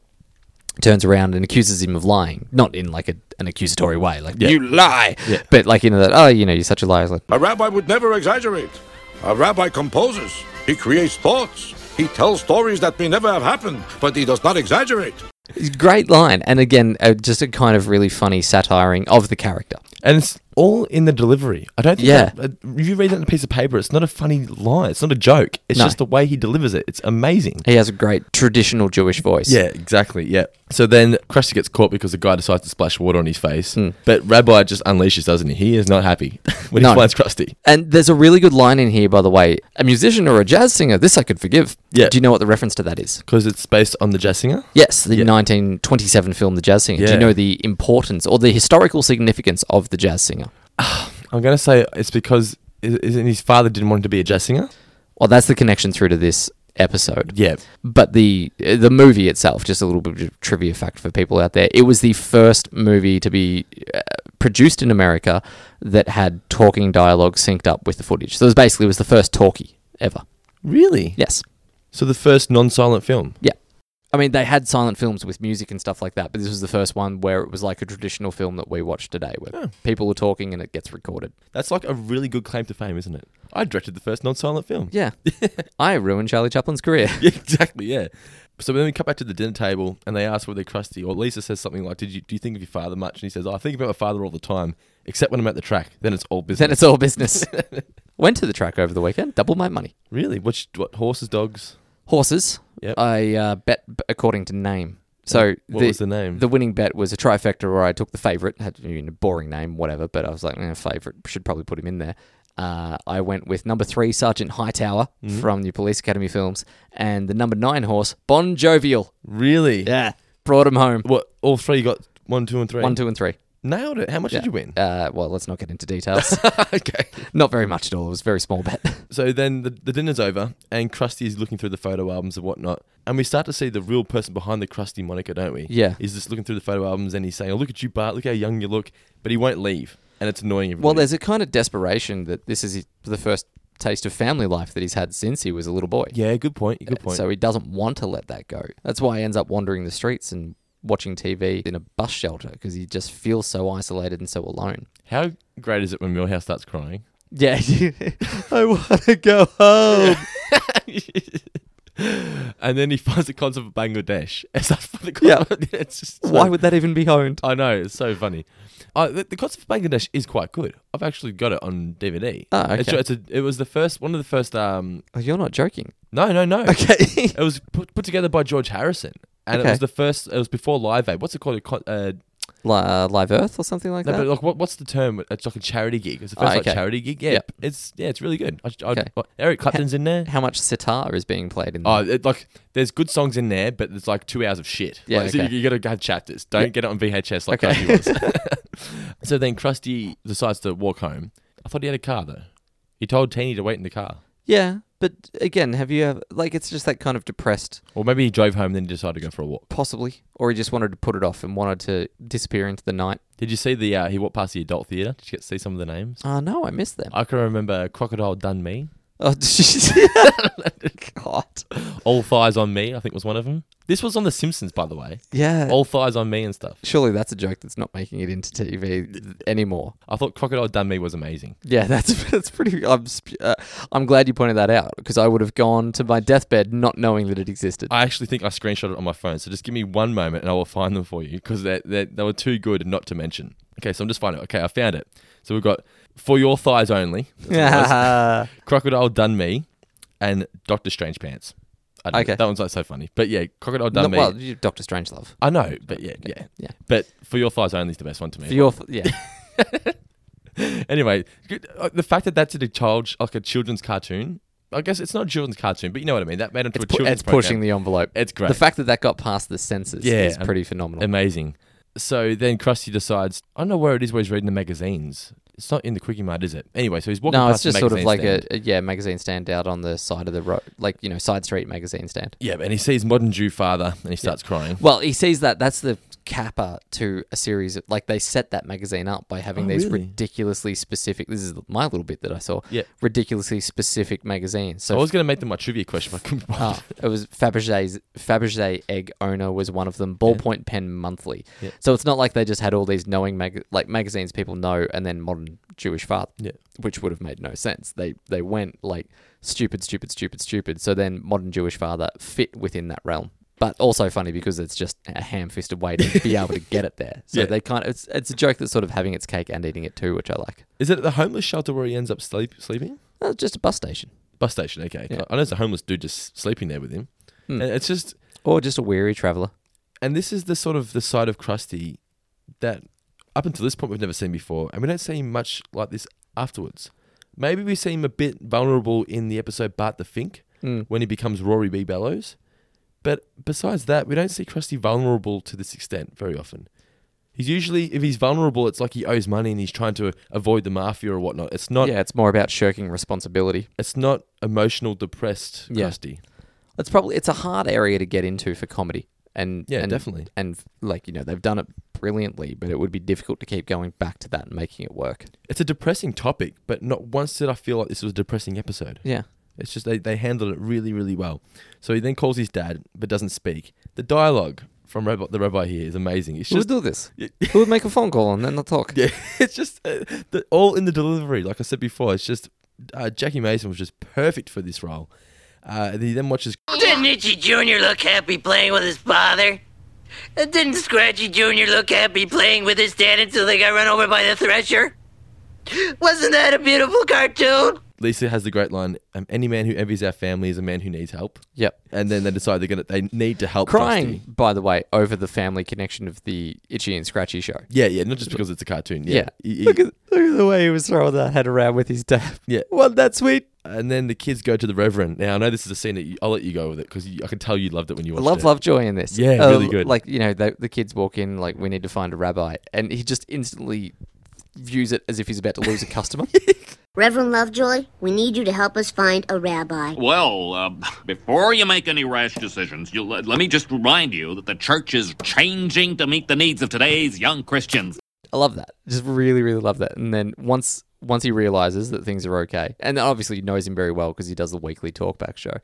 Speaker 6: turns around and accuses him of lying, not in like a, an accusatory way, like you lie, but like you know that oh you know you're such a liar. It's Like,
Speaker 5: Oh.
Speaker 10: A rabbi would never exaggerate. A rabbi composes. He creates thoughts. He tells stories that may never have happened, but he does not exaggerate.
Speaker 6: Great line, and again, uh, just a kind of really funny satiring of the character.
Speaker 5: And it's all in the delivery. I don't think
Speaker 6: Yeah.
Speaker 5: that- uh, if you read that on a piece of paper, it's not a funny line. It's not a joke. It's
Speaker 6: No.
Speaker 5: just the way he delivers it. It's amazing.
Speaker 6: He has a great traditional Jewish voice.
Speaker 5: Yeah, exactly. Yeah. So then Krusty gets caught because the guy decides to splash water on his face. But Rabbi just unleashes, doesn't he? He is not happy when
Speaker 6: No.
Speaker 5: he finds Krusty.
Speaker 6: And there's a really good line in here, by the way. A musician or a jazz singer, this I could forgive.
Speaker 5: Yeah.
Speaker 6: Do you know what the reference to that is?
Speaker 5: Because it's based on the jazz singer.
Speaker 6: Yes, the
Speaker 5: Yeah.
Speaker 6: 1927 film The Jazz Singer. Do
Speaker 5: Yeah.
Speaker 6: you know the importance or the historical significance of The Jazz Singer?
Speaker 5: I'm going to say it's because is- isn't his father didn't want him to be a jazz singer?
Speaker 6: Well, that's the connection through to this episode.
Speaker 5: Yeah.
Speaker 6: But the uh, the movie itself, just a little bit of trivia fact for people out there, it was the first movie to be uh, produced in America that had talking dialogue synced up with the footage. So it was basically it was the first talkie ever.
Speaker 5: Really?
Speaker 6: Yes.
Speaker 5: So the first non silent film.
Speaker 6: Yeah. I mean, they had silent films with music and stuff like that, but this was the first one where it was like a traditional film that we watch today, where people are talking and it gets recorded.
Speaker 5: That's like a really good claim to fame, isn't it? I directed the first non silent film.
Speaker 6: Yeah. I ruined Charlie Chaplin's career.
Speaker 5: Yeah, exactly. Yeah. So then we come back to the dinner table, and they ask whether Krusty or Lisa says something like, "Did you do you think of your father much?" And he says, "I think about my father all the time, except when I'm at the track. Then it's all business."
Speaker 6: Then it's all business. Went to the track over the weekend, double my money.
Speaker 5: really what? What horses, dogs?
Speaker 6: Horses.
Speaker 5: Yep.
Speaker 6: I uh, bet b- according to name. So
Speaker 5: What was the name?
Speaker 6: The winning bet was a trifecta where I took the favorite. Had you know, boring name, whatever, but I was like, eh, favorite should probably put him in there. Uh, I went with number three, Sergeant Hightower
Speaker 5: Mm-hmm.
Speaker 6: from the Police Academy films, and the number nine horse, Bon Jovial.
Speaker 5: Really?
Speaker 6: Yeah, brought him home.
Speaker 5: What? All three you got one, two, and three.
Speaker 6: One, two, and three.
Speaker 5: Nailed it. How much did you win?
Speaker 6: Uh, well, let's not get into details.
Speaker 5: okay.
Speaker 6: not very much at all. It was a very small bet.
Speaker 5: So then the, the dinner's over, and Krusty is looking through the photo albums and whatnot, and we start to see the real person behind the Krusty moniker, don't we?
Speaker 6: Yeah.
Speaker 5: He's just looking through the photo albums, and he's saying, "Oh, look at you, Bart. Look how young you look," but he won't leave, and it's annoying everybody.
Speaker 6: Well, there's a kind of desperation that this is his- the first taste of family life that he's had since he was a little boy.
Speaker 5: yeah, good point. Good point.
Speaker 6: Uh, So he doesn't want to let that go. That's why he ends up wandering the streets and watching TV in a bus shelter because he just feels so isolated and so alone.
Speaker 5: How great is it when Millhouse starts crying?
Speaker 6: Yeah, I want to go home.
Speaker 5: And then he finds the concept of Bangladesh. And starts finding the
Speaker 6: Yeah.
Speaker 5: concept- It's just so-
Speaker 6: Why would that even be owned?
Speaker 5: I know, it's so funny. Uh, the, the concept of Bangladesh is quite good. I've actually got it on DVD.
Speaker 6: Ah,
Speaker 5: It's-
Speaker 6: okay.
Speaker 5: it's a- it was the first, one of the first, um,
Speaker 6: Oh, you're not joking.
Speaker 5: no, no, no.
Speaker 6: Okay.
Speaker 5: It was put, put together by George Harrison. And
Speaker 6: Okay.
Speaker 5: it was the first, it was before Live Aid. What's it called? A con- uh,
Speaker 6: Li- uh, live Earth or something like
Speaker 5: no, but
Speaker 6: that?
Speaker 5: like, what, what's the term? It's like a charity gig. It's the
Speaker 6: Ah,
Speaker 5: first
Speaker 6: okay.
Speaker 5: like, charity gig. Yeah,
Speaker 6: Yeah.
Speaker 5: It's, yeah, it's really good. I, I,
Speaker 6: Okay.
Speaker 5: what, Eric Clapton's in there.
Speaker 6: How much sitar is being played in
Speaker 5: Oh,
Speaker 6: there?
Speaker 5: it, like there's good songs in there, but it's like two hours of shit.
Speaker 6: Yeah,
Speaker 5: Like, so
Speaker 6: okay.
Speaker 5: you, you gotta have chapters. Don't get it on VHS like
Speaker 6: Okay.
Speaker 5: Krusty was. so then Krusty decides to walk home. I thought he had a car though. He told Teeny to wait in the car,
Speaker 6: Yeah, but again, have you ever, like, it's just that kind of depressed
Speaker 5: or maybe he drove home then decided to go for a walk.
Speaker 6: possibly, or he just wanted to put it off and wanted to disappear into the night.
Speaker 5: Did you see the? Uh, he walked past the adult theater. Did you get to see some of the names?
Speaker 6: Oh no, I missed them.
Speaker 5: I can remember Crocodile Done Me,
Speaker 6: oh jeez, God,
Speaker 5: All Thighs on Me. I think was one of them. This was on The Simpsons, by the way.
Speaker 6: yeah.
Speaker 5: All Thighs on Me and stuff.
Speaker 6: Surely that's a joke that's not making it into TV anymore.
Speaker 5: I thought Crocodile Done Me was amazing.
Speaker 6: Yeah, that's that's pretty. I'm sp- uh, I'm glad you pointed that out because I would have gone to my deathbed not knowing that it existed.
Speaker 5: I actually think I screenshot it on my phone. So just give me one moment and I will find them for you because they they they were too good not to mention. Okay, so I'm just finding. it. Okay, I found it. So we've got for your thighs only.
Speaker 6: Yeah,
Speaker 5: Crocodile done me, and Doctor Strange pants. I don't
Speaker 6: Okay.
Speaker 5: know, that one's like so funny. But yeah, crocodile done
Speaker 6: no,
Speaker 5: me.
Speaker 6: well, you Doctor Strangelove.
Speaker 5: I know, but yeah, yeah,
Speaker 6: Yeah.
Speaker 5: But for your thighs only is the best one to me.
Speaker 6: For your f- yeah,
Speaker 5: anyway, good- uh, the fact that that's in a child like a children's cartoon. I guess it's not a children's cartoon, but you know what I mean. That made it to
Speaker 6: it's,
Speaker 5: a
Speaker 6: pu-
Speaker 5: children's.
Speaker 6: it's pushing
Speaker 5: program.
Speaker 6: the envelope.
Speaker 5: It's great.
Speaker 6: The fact that that got past the censors
Speaker 5: Yeah,
Speaker 6: is
Speaker 5: um,
Speaker 6: pretty phenomenal.
Speaker 5: Amazing. So then Krusty decides, I don't know where it is where he's reading the magazines. It's not in the Quickie Mart, is it? Anyway, so he's walking
Speaker 6: No, it's
Speaker 5: past
Speaker 6: just
Speaker 5: the
Speaker 6: sort of
Speaker 5: magazine
Speaker 6: like
Speaker 5: stand.
Speaker 6: a, a yeah magazine stand out on the side of the road, like you know side street magazine stand.
Speaker 5: Yeah, and he sees Modern Jew Father and he starts crying.
Speaker 6: Well, he sees that that's the capper to a series. Of, like they set that magazine up by having
Speaker 5: Oh,
Speaker 6: these
Speaker 5: really?
Speaker 6: ridiculously specific. This is my little bit that I saw.
Speaker 5: Yeah.
Speaker 6: ridiculously specific magazines.
Speaker 5: I
Speaker 6: So.
Speaker 5: was going to make them my trivia question, but I couldn't be bothered.
Speaker 6: ah, it was Fabergé's Fabergé egg owner was one of them. Ballpoint pen monthly.
Speaker 5: Yeah.
Speaker 6: So it's not like they just had all these knowing mag- like magazines people know, and then modern Jewish father.
Speaker 5: Yeah.
Speaker 6: which would have made no sense. They they went like stupid, stupid, stupid, stupid. So then modern Jewish father fit within that realm. but also funny because it's just a ham-fisted way to be able to get it there. So
Speaker 5: Yeah.
Speaker 6: they kind of it's it's a joke that's sort of having its cake and eating it too, which I like.
Speaker 5: Is it at the homeless shelter where he ends up sleep, sleeping?
Speaker 6: Uh, just a bus station
Speaker 5: Bus station, okay.
Speaker 6: Yeah.
Speaker 5: I know there's a homeless dude just sleeping there with him.
Speaker 6: Hmm.
Speaker 5: And it's just,
Speaker 6: or just a weary traveler.
Speaker 5: and this is the sort of the side of Krusty that up until this point we've never seen before, and we don't see him much like this afterwards. Maybe we see him a bit vulnerable in the episode Bart the Fink
Speaker 6: Mm.
Speaker 5: when he becomes Rory B. Bellows, but besides that, we don't see Krusty vulnerable to this extent very often. He's usually, if he's vulnerable, it's like he owes money and he's trying to avoid the mafia or whatnot. It's not,
Speaker 6: yeah, it's more about shirking responsibility.
Speaker 5: it's not emotional, depressed
Speaker 6: Yeah.
Speaker 5: Krusty.
Speaker 6: It's probably it's a hard area to get into for comedy, and
Speaker 5: Yeah,
Speaker 6: and-
Speaker 5: definitely.
Speaker 6: And like you know, they've done it brilliantly, but it would be difficult to keep going back to that and making it work.
Speaker 5: It's a depressing topic, but not once did I feel like this was a depressing episode.
Speaker 6: Yeah,
Speaker 5: It's just they, they handled it really, really well. So he then calls his dad, but doesn't speak. The dialogue from Rabbi, the rabbi here is amazing. It's
Speaker 6: who would
Speaker 5: just,
Speaker 6: do this? who would make a phone call and then not talk?
Speaker 5: yeah, it's just uh, the, all in the delivery. Like I said before, it's just uh, Jackie Mason was just perfect for this role. Uh, he then watches.
Speaker 1: Didn't Itchy Jr. look happy playing with his father? And Didn't Scratchy Jr. look happy playing with his dad until they got run over by the thresher? Wasn't that a beautiful cartoon?
Speaker 5: Lisa has the great line: um, "Any man who envies our family is a man who needs help."
Speaker 6: Yep.
Speaker 5: And then they decide they're gonna they need to help.
Speaker 6: Crying,
Speaker 5: Krusty.
Speaker 6: by the way, over the family connection of the Itchy and Scratchy show.
Speaker 5: Yeah, yeah, not just because it's a cartoon. Yeah.
Speaker 6: Yeah.
Speaker 5: He- he-
Speaker 6: Look, at, look at the way he was throwing that head around with his dad.
Speaker 5: Yeah.
Speaker 6: Wasn't that sweet?
Speaker 5: and then the kids go to the reverend. Now I know this is a scene that you, I'll let you go with it because I can tell you loved it when you
Speaker 6: I
Speaker 5: watched
Speaker 6: love
Speaker 5: it.
Speaker 6: Lovejoy in this. Uh,
Speaker 5: Yeah, really good.
Speaker 6: Like, you know, the, the kids walk in, like, we need to find a rabbi. And he just instantly views it as if he's about to lose a customer.
Speaker 8: Reverend Lovejoy, we need you to help us find a rabbi.
Speaker 11: Well, uh, before you make any rash decisions, you, let, let me just remind you that the church is changing to meet the needs of today's young Christians.
Speaker 6: I love that. Just really, really love that. And then once once he realizes that things are okay, and obviously he knows him very well because he does the weekly talkback show.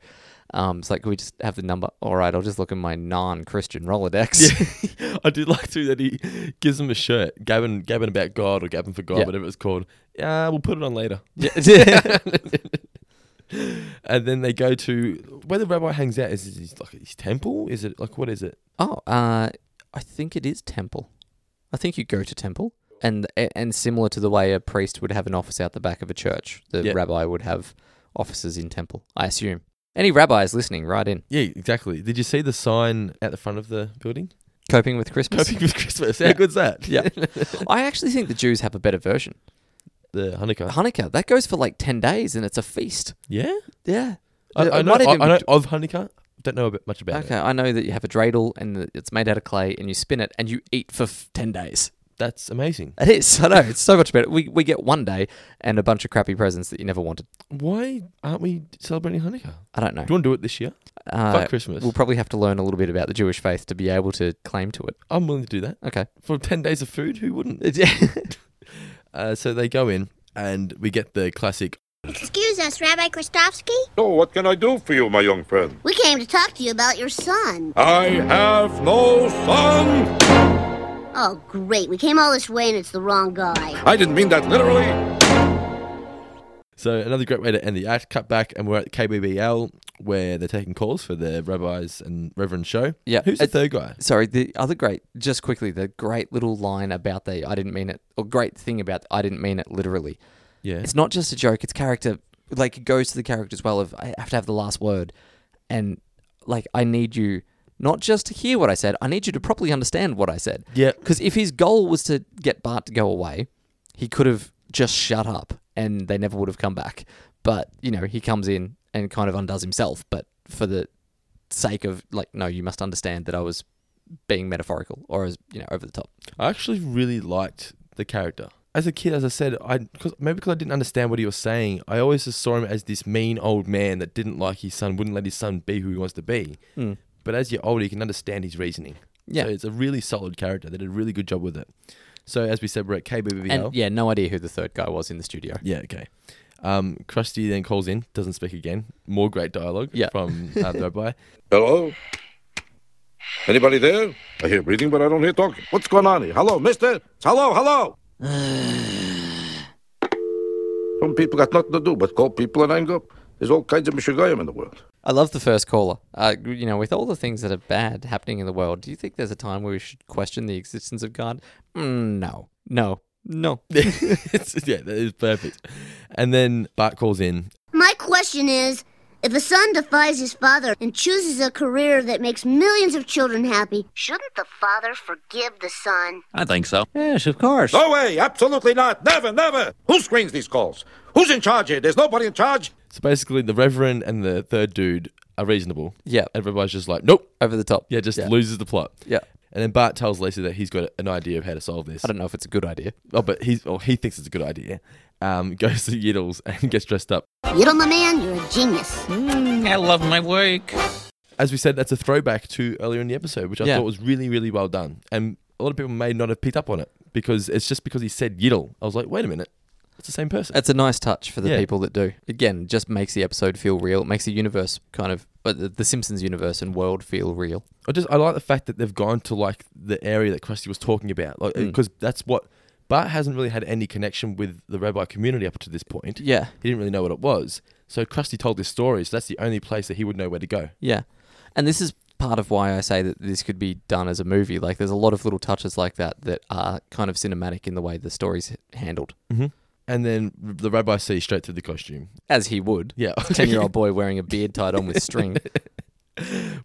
Speaker 6: Um, it's like, can we just have the number? All right, I'll just look in my non-Christian Rolodex.
Speaker 5: I do like too that he gives him a shirt, Gavin, Gavin about God or Gavin for God,
Speaker 6: Yeah.
Speaker 5: whatever it's called. Yeah, we'll put it on later.
Speaker 6: Yeah.
Speaker 5: And then they go to where the rabbi hangs out. Is it his, like his temple? Is it like what is it?
Speaker 6: Oh, uh, I think it is temple. I think you go to temple, and and similar to the way a priest would have an office out the back of a church, the
Speaker 5: Yeah.
Speaker 6: rabbi would have offices in temple. I assume any rabbis listening, right in
Speaker 5: Yeah, exactly. Did you see the sign at the front of the building?
Speaker 6: coping with Christmas.
Speaker 5: Coping with Christmas. How good's that?
Speaker 6: Yeah, I actually think the Jews have a better version.
Speaker 5: the Hanukkah.
Speaker 6: Hanukkah that goes for like ten days, and it's a feast.
Speaker 5: Yeah,
Speaker 6: Yeah,
Speaker 5: I,
Speaker 6: It
Speaker 5: I know.
Speaker 6: might
Speaker 5: I,
Speaker 6: even
Speaker 5: I
Speaker 6: be
Speaker 5: know
Speaker 6: d-
Speaker 5: of Hanukkah. Don't know a bit much about
Speaker 6: Okay,
Speaker 5: it.
Speaker 6: I know that you have a dreidel and that it's made out of clay, and you spin it, and you eat for f- ten days.
Speaker 5: That's amazing.
Speaker 6: It is. I know it's so much better. We we get one day and a bunch of crappy presents that you never wanted.
Speaker 5: Why aren't we celebrating Hanukkah?
Speaker 6: I don't know.
Speaker 5: Do you want to do it this year?
Speaker 6: Uh,
Speaker 5: Fuck Christmas.
Speaker 6: We'll probably have to learn a little bit about the Jewish faith to be able to claim to it.
Speaker 5: I'm willing to do that
Speaker 6: Okay.
Speaker 5: for ten days of food. Who wouldn't? Uh, so they go in, and we get the classic.
Speaker 9: Excuse us, Rabbi Kristofsky?
Speaker 10: So, what can I do for you, my young friend?
Speaker 8: We came to talk to you about your son.
Speaker 10: I have no son!
Speaker 8: Oh, great. We came all this way and it's the wrong guy.
Speaker 10: I didn't mean that literally.
Speaker 5: So another great way to end the act. Cut back, and we're at KBBL where they're taking calls for the rabbis and reverend show.
Speaker 6: Yeah.
Speaker 5: Who's the
Speaker 6: It's-
Speaker 5: third guy?
Speaker 6: Sorry, the other great, just quickly, the great little line about the I didn't mean it, or great thing about I didn't mean it literally.
Speaker 5: Yeah.
Speaker 6: It's not just a joke, it's character, like it goes to the character as well of I have to have the last word. And like, I need you not just to hear what I said, I need you to properly understand what I said.
Speaker 5: Yeah.
Speaker 6: Because if his goal was to get Bart to go away, he could have just shut up and they never would have come back. But, you know, he comes in and kind of undoes himself. But for the sake of, like, no, you must understand that I was being metaphorical or as, you know, over the top.
Speaker 5: I actually really liked the character. As a kid, as I said, I cause, maybe because I didn't understand what he was saying, I always just saw him as this mean old man that didn't like his son, wouldn't let his son be who he wants to be. But as you're older, you can understand his reasoning.
Speaker 6: Hmm. Yeah.
Speaker 5: So it's a really solid character. They did a really good job with it. So as we said, we're at KBBL.
Speaker 6: And yeah, no idea who the third guy was in the studio.
Speaker 5: Yeah, okay. Um, Krusty then calls in, doesn't speak again. More great dialogue
Speaker 6: Yeah.
Speaker 5: from uh, the rabbi.
Speaker 10: Hello? Anybody there? I hear breathing, but I don't hear talking. What's going on here? Hello, mister? Hello, hello! Some people got nothing to do but call people and hang up. There's all kinds of Mishagayim in the world.
Speaker 6: I love the first caller. Uh, you know, with all the things that are bad happening in the world, do you think there's a time where we should question the existence of God? Mm, no, no, no.
Speaker 5: It's- yeah, that is perfect. And then Bart calls in.
Speaker 8: My question is if a son defies his father and chooses a career that makes millions of children happy, shouldn't the father forgive the son?
Speaker 11: I think so.
Speaker 10: Yes, of course. No way, absolutely not. Never, never. Who screens these calls? Who's in charge here? There's nobody in charge.
Speaker 5: So basically, the Reverend and the third dude are reasonable.
Speaker 6: Yeah.
Speaker 5: Everybody's just like, nope.
Speaker 6: Over the top.
Speaker 5: Yeah, just
Speaker 6: Yeah.
Speaker 5: loses the plot.
Speaker 6: Yeah.
Speaker 5: And then Bart tells Lisa that he's got an idea of how to solve this.
Speaker 6: I don't know if it's a good idea.
Speaker 5: Oh, but he's, oh, he thinks it's a good idea. Um, goes to Yiddles and gets dressed up.
Speaker 8: Yiddle, my man, you're a genius.
Speaker 1: I love my work.
Speaker 5: As we said, that's a throwback to earlier in the episode, which I
Speaker 6: Yeah.
Speaker 5: thought was really, really well done. And a lot of people may not have picked up on it because it's just because he said Yiddle. I was like, wait a minute. It's the same person.
Speaker 6: It's a nice touch for the
Speaker 5: Yeah.
Speaker 6: people that do. Again, just makes the episode feel real. It makes the universe kind of, uh, the, the Simpsons universe and world feel real.
Speaker 5: I just I like the fact that they've gone to like the area that Krusty was talking about, like
Speaker 6: Mm.
Speaker 5: because that's what Bart hasn't really had any connection with the rabbi community up to this point.
Speaker 6: Yeah.
Speaker 5: he didn't really know what it was. So Krusty told this story, so that's the only place that he would know where to go.
Speaker 6: Yeah. And this is part of why I say that this could be done as a movie. Like, there's a lot of little touches like that that are kind of cinematic in the way the story's handled,
Speaker 5: Mm-hmm. And then the rabbi sees straight through the costume.
Speaker 6: as he would.
Speaker 5: Yeah,
Speaker 6: 10 year old boy wearing a beard tied on with string.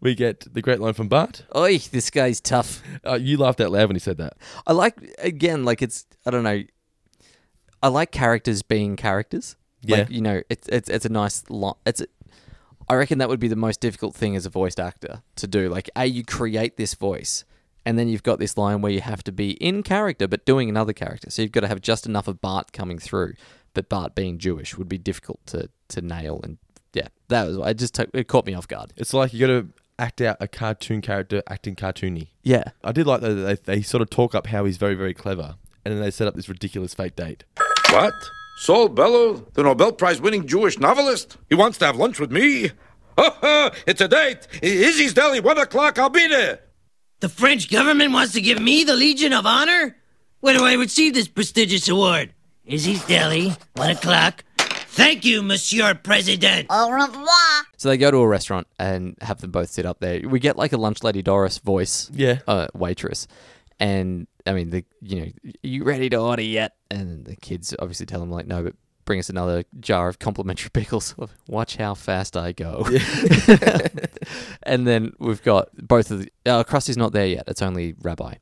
Speaker 5: we get the great line from Bart.
Speaker 6: Oi, this guy's tough.
Speaker 5: Uh, you laughed out loud when he said that.
Speaker 6: I like, again, like, it's, I don't know, I like characters being characters. Like,
Speaker 5: Yeah.
Speaker 6: you know, it's, it's, it's a nice lot. It's, a, I reckon that would be the most difficult thing as a voiced actor to do. Like, A, you create this voice, and then you've got this line where you have to be in character, but doing another character. So you've got to have just enough of Bart coming through, but Bart being Jewish would be difficult to, to nail. And yeah, that was, I just, took, it caught me off guard.
Speaker 5: It's like you got to act out a cartoon character acting cartoony.
Speaker 6: Yeah.
Speaker 5: I did like that they, they sort of talk up how he's very very clever, and then they set up this ridiculous fake date.
Speaker 10: What? Saul Bellow, the Nobel Prize winning Jewish novelist? He wants to have lunch with me? it's a date. I- Izzy's Deli, one o'clock, I'll be there.
Speaker 1: The French government wants to give me the Legion of Honor? Where do I receive this prestigious award? Izzy's Deli, one o'clock. Thank you, Monsieur President.
Speaker 8: Au revoir.
Speaker 6: So they go to a restaurant and have them both sit up there. We get like a lunch lady Doris voice,
Speaker 5: Yeah.
Speaker 6: uh, waitress, and I mean the you know you ready to order yet? And the kids obviously tell them like no, but bring us another jar of complimentary pickles. Watch how fast I go. and then we've got both of the uh, Krusty's not there yet. It's only Rabbi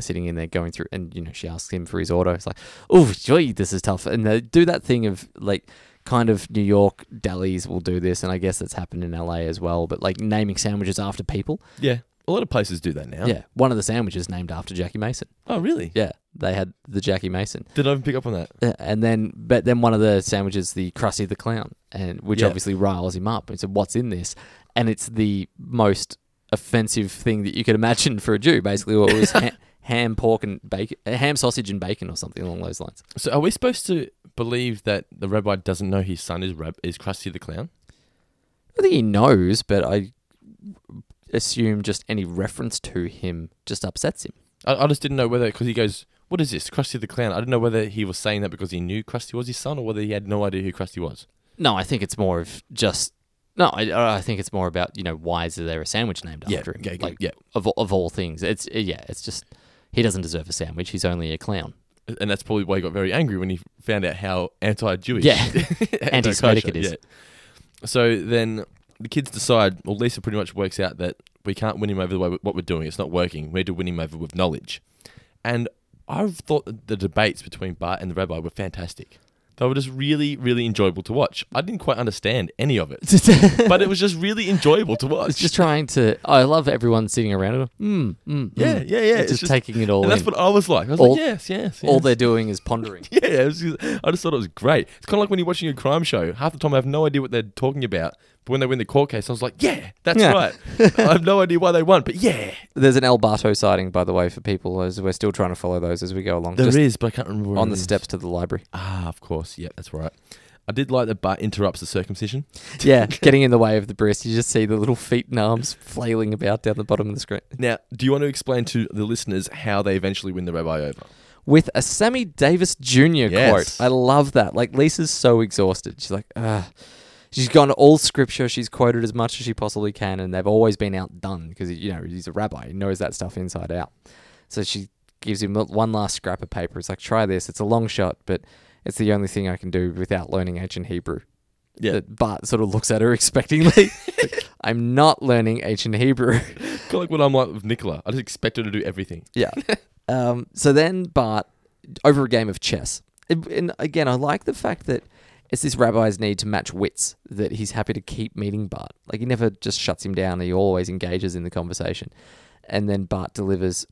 Speaker 6: sitting in there going through, and you know she asks him for his order. It's like, oh, gee, this is tough. And they do that thing of like kind of New York delis will do this, and I guess that's happened in LA as well. But like naming sandwiches after people.
Speaker 5: Yeah, a lot of places do that now.
Speaker 6: Yeah, one of the sandwiches named after Jackie Mason.
Speaker 5: Oh really?
Speaker 6: Yeah, they had the Jackie Mason.
Speaker 5: Did I even pick up on that?
Speaker 6: Uh, And then, but then one of the sandwiches, the Krusty the Clown, and which
Speaker 5: Yeah.
Speaker 6: obviously riles him up. He said, "What's in this?" And it's the most offensive thing that you could imagine for a Jew. Basically, what was ha- ham, pork, and bacon, uh, ham, sausage, and bacon, or something along those lines.
Speaker 5: So are we supposed to believe that the rabbi doesn't know his son is Rab- is Krusty the Clown?
Speaker 6: I think he knows, but I assume just any reference to him just upsets him.
Speaker 5: I, I just didn't know whether because he goes, "What is this, Krusty the Clown?" I didn't know whether he was saying that because he knew Krusty was his son or whether he had no idea who Krusty was.
Speaker 6: No, I think it's more of just. No, I, I think it's more about you know why is there a sandwich named
Speaker 5: Yeah,
Speaker 6: after him?
Speaker 5: yeah, yeah,
Speaker 6: like
Speaker 5: yeah.
Speaker 6: of all- of all things, it's uh, yeah, it's just he doesn't deserve a sandwich. He's only a clown.
Speaker 5: And that's probably why he got very angry when he found out how anti-Jewish,
Speaker 6: Yeah. Anti-Semitic it
Speaker 5: anti-kosher,
Speaker 6: is.
Speaker 5: So then the kids decide. Well, Lisa pretty much works out that we can't win him over the way what we're doing. It's not working. We need to win him over with knowledge. And I've thought that the debates between Bart and the rabbi were fantastic. They were just really, really enjoyable to watch. I didn't quite understand any of it, but it was just really enjoyable to watch.
Speaker 6: It's just trying to. I love everyone sitting around it. Mm, mm,
Speaker 5: yeah,
Speaker 6: mm.
Speaker 5: yeah, yeah.
Speaker 6: It's just, taking it all.
Speaker 5: And that's
Speaker 6: in.
Speaker 5: what I was like. I was
Speaker 6: All-
Speaker 5: like, yes, yes,
Speaker 6: all
Speaker 5: yes.
Speaker 6: they're doing is pondering.
Speaker 5: Yeah, it was just- I just thought it was great. It's kind of like when you're watching a crime show. Half the time, I have no idea what they're talking about. But when they win the court case, I was like, yeah, that's
Speaker 6: Yeah.
Speaker 5: right. I have no idea why they won, but yeah.
Speaker 6: There's an El Barto sighting, by the way, for people as we're still trying to follow those as we go along.
Speaker 5: there is,
Speaker 6: just
Speaker 5: but I can't remember where
Speaker 6: on
Speaker 5: it
Speaker 6: the
Speaker 5: is.
Speaker 6: steps to the library.
Speaker 5: Ah, of course. Yeah, that's right. I did like that Bart interrupts the circumcision.
Speaker 6: Yeah, getting in the way of the breast. You just see the little feet and arms flailing about down the bottom of the screen.
Speaker 5: Now, do you want to explain to the listeners how they eventually win the rabbi over?
Speaker 6: with a Sammy Davis Jr.
Speaker 5: Yes.
Speaker 6: quote. I love that. Like Lisa's so exhausted. She's like, ah. she's gone to all scripture. She's quoted as much as she possibly can, and they've always been outdone because you know he's a rabbi. He knows that stuff inside out. So she gives him one last scrap of paper. It's like, try this. It's a long shot, but it's the only thing I can do without learning ancient Hebrew. Yeah. That Bart sort of looks at her expectingly. Like, I'm not learning ancient Hebrew.
Speaker 5: Kind of like what I'm like with Nicola. I just expect her to do everything.
Speaker 6: Yeah. um, so then Bart, over a game of chess. And- And again, I like the fact that it's this rabbi's need to match wits that he's happy to keep meeting Bart. Like he never just shuts him down. He always engages in the conversation. And then Bart delivers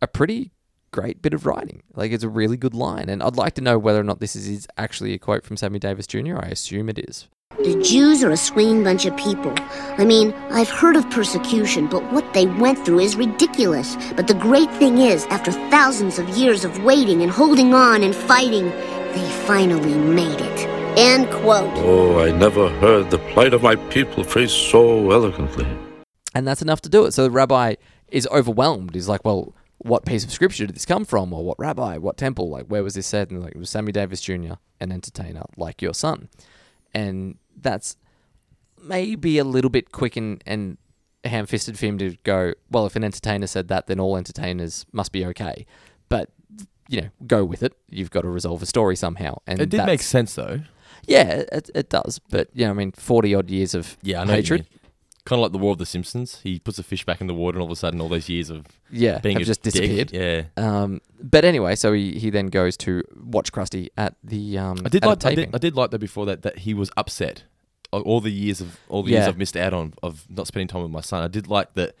Speaker 6: a pretty great bit of writing. Like it's a really good line. And I'd like to know whether or not this is- is actually a quote from Sammy Davis Jr. I assume it is.
Speaker 8: The Jews are a swinging bunch of people. I mean, I've heard of persecution, but what they went through is ridiculous. But the great thing is, after thousands of years of waiting and holding on and fighting, they finally made it. End quote.
Speaker 10: Oh, I never heard the plight of my people phrased so eloquently.
Speaker 6: and that's enough to do it. So the rabbi is overwhelmed. He's like, well, what piece of scripture did this come from, or what rabbi, what temple, like where was this said? And like it was Sammy Davis Jr., an entertainer like your son, and that's maybe a little bit quick and, and ham-fisted for him to go. Well, if an entertainer said that, then all entertainers must be okay. But you know, go with it. You've got to resolve a story somehow. And
Speaker 5: It did make
Speaker 6: that's-
Speaker 5: sense though.
Speaker 6: Yeah, it, it does. But you know, I mean, forty odd years of
Speaker 5: Yeah, I know
Speaker 6: hatred.
Speaker 5: Kind of like the War of the Simpsons. He puts a fish back in the water, and all of a sudden, all those years of
Speaker 6: yeah,
Speaker 5: being
Speaker 6: have
Speaker 5: a
Speaker 6: just
Speaker 5: dick-
Speaker 6: disappeared.
Speaker 5: Yeah,
Speaker 6: Um, but anyway, so he, he then goes to watch Krusty at the um.
Speaker 5: I did
Speaker 6: at a
Speaker 5: like I
Speaker 6: taping.
Speaker 5: did, I did like that before that that he was upset. A- All the years of all the years
Speaker 6: Yeah.
Speaker 5: I've missed out on of not spending time with my son. I did like that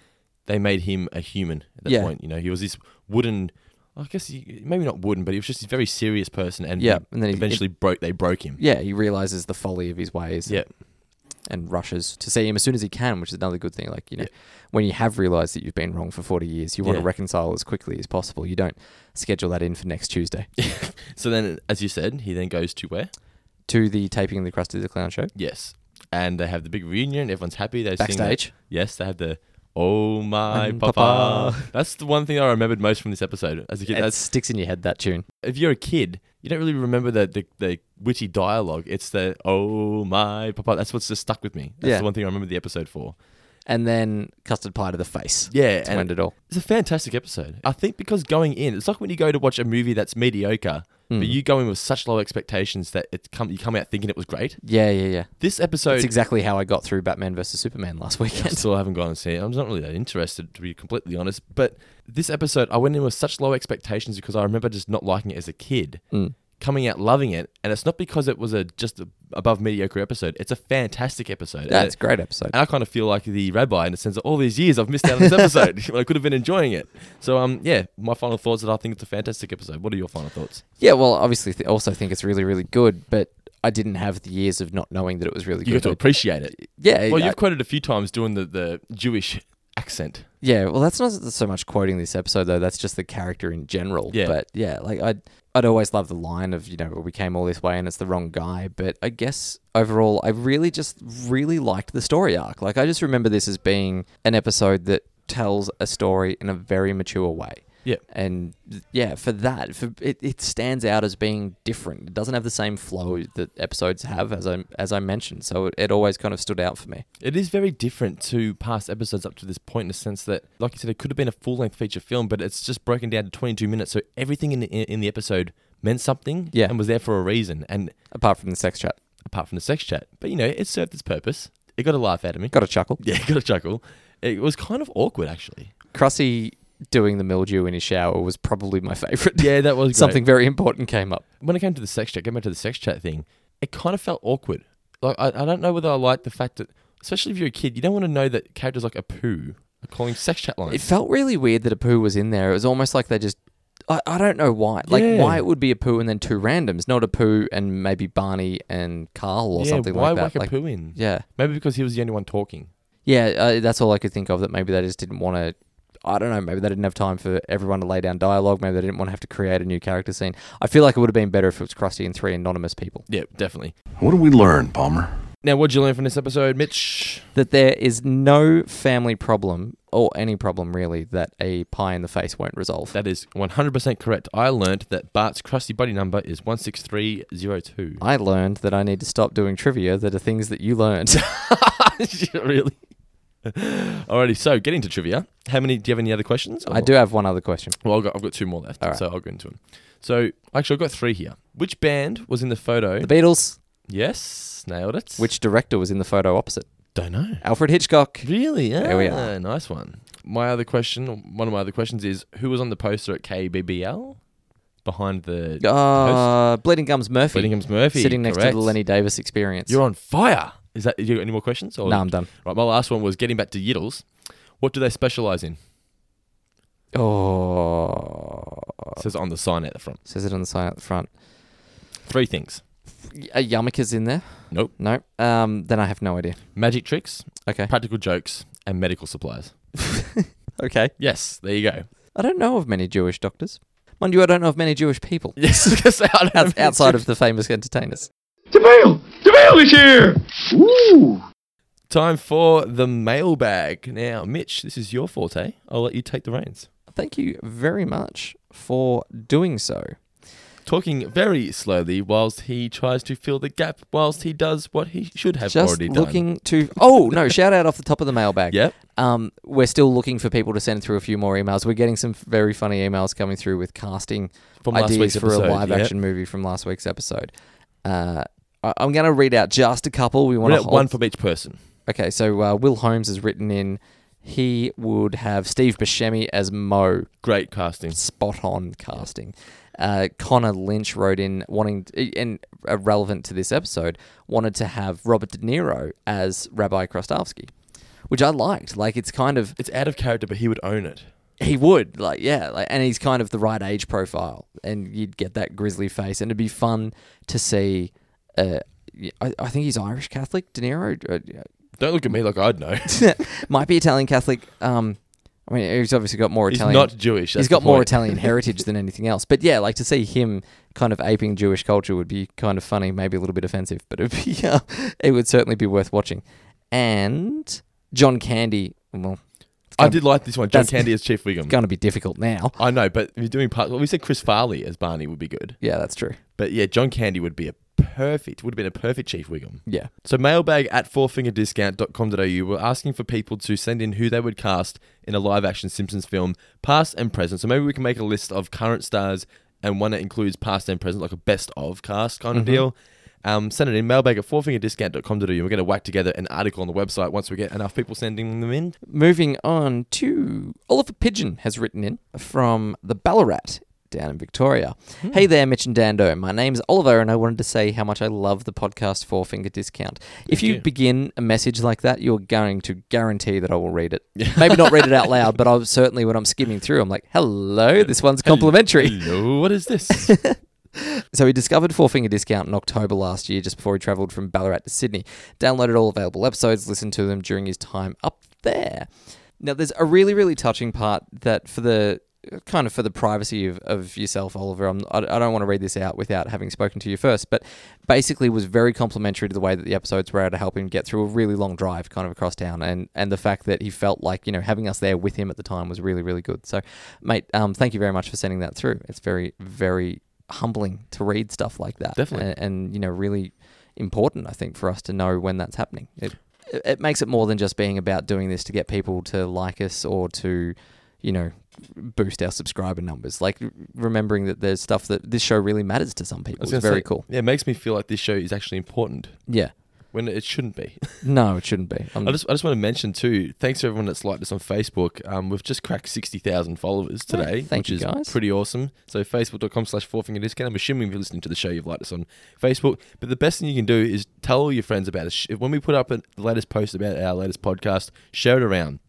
Speaker 5: they made him a human at that
Speaker 6: Yeah.
Speaker 5: point. You know, he was this wooden. I guess he, maybe not wooden, but he was just a very serious person, and
Speaker 6: Yeah,
Speaker 5: he
Speaker 6: and then he-
Speaker 5: eventually broke. They broke him.
Speaker 6: Yeah, he realizes the folly of his ways.
Speaker 5: Yeah.
Speaker 6: And rushes to see him as soon as he can, which is another good thing. Like you know, when you have realized that you've been wrong for forty years, you want to
Speaker 5: Yeah.
Speaker 6: reconcile as quickly as possible. You don't schedule that in for next Tuesday
Speaker 5: So then, as you said, he then goes to where?
Speaker 6: to the taping of the Krusty the Clown show.
Speaker 5: Yes, and they have the big reunion. Everyone's happy. They sing that-
Speaker 6: Backstage.
Speaker 5: yes, they have the. Oh my
Speaker 6: And
Speaker 5: papa.
Speaker 6: Papa.
Speaker 5: That's the one thing I remembered most from this episode. As a kid,
Speaker 6: It
Speaker 5: that's
Speaker 6: sticks in your head that tune.
Speaker 5: if you're a kid, you don't really remember the, the, the witty dialogue. It's the oh my papa. That's what's just stuck with me. That's
Speaker 6: Yeah.
Speaker 5: the one thing I remember the episode for.
Speaker 6: And then custard pie to the face.
Speaker 5: Yeah,
Speaker 6: to
Speaker 5: and-
Speaker 6: end it all.
Speaker 5: It's a fantastic episode. I think because going in, it's like when you go to watch a movie that's mediocre, but you go in with such low expectations that it come you come out thinking it was great.
Speaker 6: Yeah, yeah, yeah.
Speaker 5: This episode,
Speaker 6: That's exactly how I got through Batman versus Superman last
Speaker 5: I
Speaker 6: weekend.
Speaker 5: still haven't gone and seen it. I'm not really that interested, to be completely honest. But this episode, I went in with such low expectations because I remember just not liking it as a kid, coming out loving it, and it's not because it was a just a above mediocre episode. It's a fantastic episode.
Speaker 6: Yeah,
Speaker 5: And
Speaker 6: it's a
Speaker 5: it-
Speaker 6: great episode.
Speaker 5: And I kind of feel like the rabbi in the sense that all these years I've missed out on this episode when I could have been enjoying it. So um, yeah, my final thoughts that I think it's a fantastic episode. What are your final thoughts?
Speaker 6: Yeah, well, obviously, th- also think it's really, really good, but I didn't have the years of not knowing that it was really
Speaker 5: You
Speaker 6: good.
Speaker 5: got to appreciate it.
Speaker 6: yeah,
Speaker 5: Well,
Speaker 6: I-
Speaker 5: you've quoted a few times doing the the Jewish accent.
Speaker 6: yeah. Well, that's not so much quoting this episode though. That's just the character in general.
Speaker 5: Yeah.
Speaker 6: But yeah, like I'd I'd always love the line of you know we came all this way and it's the wrong guy. But I guess overall, I really just really liked the story arc. Like I just remember this as being an episode that tells a story in a very mature way.
Speaker 5: Yeah.
Speaker 6: and yeah, for that, for it, it stands out as being different. It doesn't have the same flow that episodes have, as I as I mentioned. So it, it always kind of stood out for me.
Speaker 5: It is very different to past episodes up to this point in the sense that, like you said, it could have been a full length feature film, but it's just broken down to 22 minutes. So everything in the, in the episode meant something
Speaker 6: Yeah.
Speaker 5: and was there for a reason. And
Speaker 6: Apart from the sex chat,
Speaker 5: apart from the sex chat, but you know, it served its purpose. It got a laugh out of me.
Speaker 6: got a chuckle.
Speaker 5: yeah, it got a chuckle. It was kind of awkward, actually.
Speaker 6: Krusty doing the mildew in his shower was probably my favorite.
Speaker 5: Yeah, that was great.
Speaker 6: something very important came up.
Speaker 5: When it came to the sex chat, going back to the sex chat thing, it kind of felt awkward. Like, I, I don't know whether I like the fact that, especially if you're a kid, you don't want to know that characters like Apu are calling sex chat lines.
Speaker 6: It felt really weird that a poo was in there. It was almost like they just. I, I don't know why. Like,
Speaker 5: Yeah.
Speaker 6: why it would be a poo and then two randoms, not a poo and maybe Barney and Carl or
Speaker 5: yeah,
Speaker 6: something
Speaker 5: why
Speaker 6: like that.
Speaker 5: whack
Speaker 6: like,
Speaker 5: Apu in?
Speaker 6: yeah.
Speaker 5: Maybe because he was the only one talking.
Speaker 6: Yeah, uh, that's all I could think of. That maybe they just didn't want to. I don't know. Maybe they didn't have time for everyone to lay down dialogue. Maybe they didn't want to have to create a new character scene. I feel like it would have been better if it was Krusty and three anonymous people.
Speaker 5: Yeah, definitely.
Speaker 12: What do we learn, Palmer?
Speaker 5: Now, what would you learn from this episode, Mitch?
Speaker 6: That there is no family problem or any problem really that a pie in the face won't resolve.
Speaker 5: That is 100% correct. I learned that Bart's crusty buddy number is 16302.
Speaker 6: I learned that I need to stop doing trivia that are things that you learned.
Speaker 5: really? Alrighty, so getting to trivia. How many? Do you have any other questions?
Speaker 6: I do have one other question.
Speaker 5: Well, I've got, I've got two more left, so I'll go into them. So actually, I've got three here. Which band was in the photo?
Speaker 6: The Beatles.
Speaker 5: Yes, nailed it.
Speaker 6: Which director was in the photo opposite?
Speaker 5: Don't know.
Speaker 6: Alfred Hitchcock.
Speaker 5: Really? Yeah.
Speaker 6: There we are.
Speaker 5: Nice one. My other question, one of my other questions is who was on the poster at KBBL behind the
Speaker 6: Uh, Bleeding Gums Murphy.
Speaker 5: Bleeding Gums Murphy,
Speaker 6: Sitting next to
Speaker 5: correct.
Speaker 6: the Lenny Davis experience.
Speaker 5: You're on fire. Is that you got any more questions? Or
Speaker 6: No, I'm done.
Speaker 5: Right, my last one was getting back to Yiddles. What do they specialize in?
Speaker 6: Oh.
Speaker 5: says on the sign at the front.
Speaker 6: Says it on the sign at the front.
Speaker 5: Three things.
Speaker 6: A yarmulke is in there?
Speaker 5: Nope.
Speaker 6: Nope. Um, then I have no idea.
Speaker 5: Magic tricks,
Speaker 6: Okay.
Speaker 5: practical jokes, and medical supplies.
Speaker 6: Okay.
Speaker 5: Yes, there you go.
Speaker 6: I don't know of many Jewish doctors. Mind you, I don't know of many Jewish people.
Speaker 5: Yes, I guess I don't have
Speaker 6: Out- outside of the famous entertainers.
Speaker 3: Jamil is here!
Speaker 5: Ooh. Time for the mailbag. Now, Mitch, this is your forte. I'll let you take the reins.
Speaker 6: Thank you very much for doing so.
Speaker 5: Talking very slowly whilst he tries to fill the gap whilst he does what he should have
Speaker 6: Just
Speaker 5: already done.
Speaker 6: looking to. Oh no! shout out off the top of the mailbag.
Speaker 5: Yep.
Speaker 6: Um, we're still looking for people to send through a few more emails. We're getting some very funny emails coming through with casting
Speaker 5: From last
Speaker 6: ideas
Speaker 5: week's
Speaker 6: for
Speaker 5: episode,
Speaker 6: a live
Speaker 5: yep.
Speaker 6: action movie from last week's episode. Uh, I- I'm going to read out just a couple. We want
Speaker 5: Read
Speaker 6: to
Speaker 5: out one from each person.
Speaker 6: Okay, so uh, Will Holmes has written in. He would have Steve Buscemi as Mo.
Speaker 5: Great casting.
Speaker 6: Spot on casting. Uh, Connor Lynch wrote in wanting, and uh, relevant to this episode, wanted to have Robert De Niro as Rabbi Krostowski, which I liked. Like, it's kind of
Speaker 5: It's out of character, but he would own it.
Speaker 6: he would like yeah like, and he's kind of the right age profile and you'd get that grizzly face and it'd be fun to see uh, I, I think he's irish catholic de niro uh, yeah.
Speaker 5: Don't look at me like I'd know.
Speaker 6: might be italian catholic um i mean he's obviously got more
Speaker 5: He's
Speaker 6: italian
Speaker 5: not Jewish, that's
Speaker 6: he's got
Speaker 5: the
Speaker 6: more
Speaker 5: point.
Speaker 6: italian heritage than anything else but yeah like to see him kind of aping jewish culture would be kind of funny maybe a little bit offensive but it'd be, uh, it would certainly be worth watching and john candy well it's
Speaker 5: I
Speaker 6: gonna-
Speaker 5: did like this one. John
Speaker 6: that's-
Speaker 5: Candy as Chief Wiggum.
Speaker 6: it's going to be difficult now
Speaker 5: I know, but if you're doing parts. Well, we said Chris Farley as Barney would be good.
Speaker 6: Yeah, that's true.
Speaker 5: But yeah, John Candy would be a perfect, would have been a perfect Chief Wiggum.
Speaker 6: Yeah.
Speaker 5: So mailbag at fourfingerdiscount.com.au. We're asking for people to send in who they would cast in a live action Simpsons film, past and present. So maybe we can make a list of current stars and one that includes past and present, like a best of cast kind of
Speaker 6: Mhm.
Speaker 5: deal. Um, send it in mailbag at fourfingerdiscount.com.au. We're going to whack together an article on the website once we get enough people sending them in.
Speaker 6: Moving on to Oliver Pigeon has written in from the Ballarat down in Victoria. Hey there, Mitch and Dando. My name's Oliver, and I wanted to say how much I love the podcast Four Finger Discount. If you,
Speaker 5: you.
Speaker 6: begin a message like that, you're going to guarantee that I will read it. Maybe not read it out loud, but I'll certainly when I'm skimming through, I'm like, hello, this one's complimentary.
Speaker 5: Hello, what is this?
Speaker 6: So he discovered Four Finger Discount in October last year, just before he travelled from Ballarat to Sydney. Downloaded all available episodes, listened to them during his time up there. Now, there's a really, really touching part that for the kind of for the privacy of, of yourself, Oliver, I'm, I, I don't want to read this out without having spoken to you first, but basically was very complimentary to the way that the episodes were able to help him get through a really long drive kind of across town and, and the fact that he felt like, you know, having us there with him at the time was really, really good. So, mate, um, thank you very much for sending that through. It's very, very humbling to read stuff like that.
Speaker 5: Definitely.
Speaker 6: A- And, you know, really important, I think, for us to know when that's happening. It, it it makes it more than just being about doing this to get people to like us or to, you know, boost our subscriber numbers. Like remembering that there's stuff that this show really matters to some people.
Speaker 5: was
Speaker 6: It's
Speaker 5: gonna
Speaker 6: very
Speaker 5: say,
Speaker 6: cool.
Speaker 5: Yeah, it makes me feel like this show is actually important
Speaker 6: Yeah.
Speaker 5: when it shouldn't be.
Speaker 6: No, it shouldn't be. I'm-
Speaker 5: I just I just want to mention too. Thanks to everyone that's liked us on Facebook. Um, we've just cracked sixty thousand followers today,
Speaker 6: thank
Speaker 5: which
Speaker 6: you,
Speaker 5: is
Speaker 6: guys.
Speaker 5: pretty awesome. So Facebook.com/slash Four Finger Discount. I'm assuming if you're listening to the show, you've liked us on Facebook. But the best thing you can do is tell all your friends about us. If- When we put up an- the latest post about our latest podcast, share it around.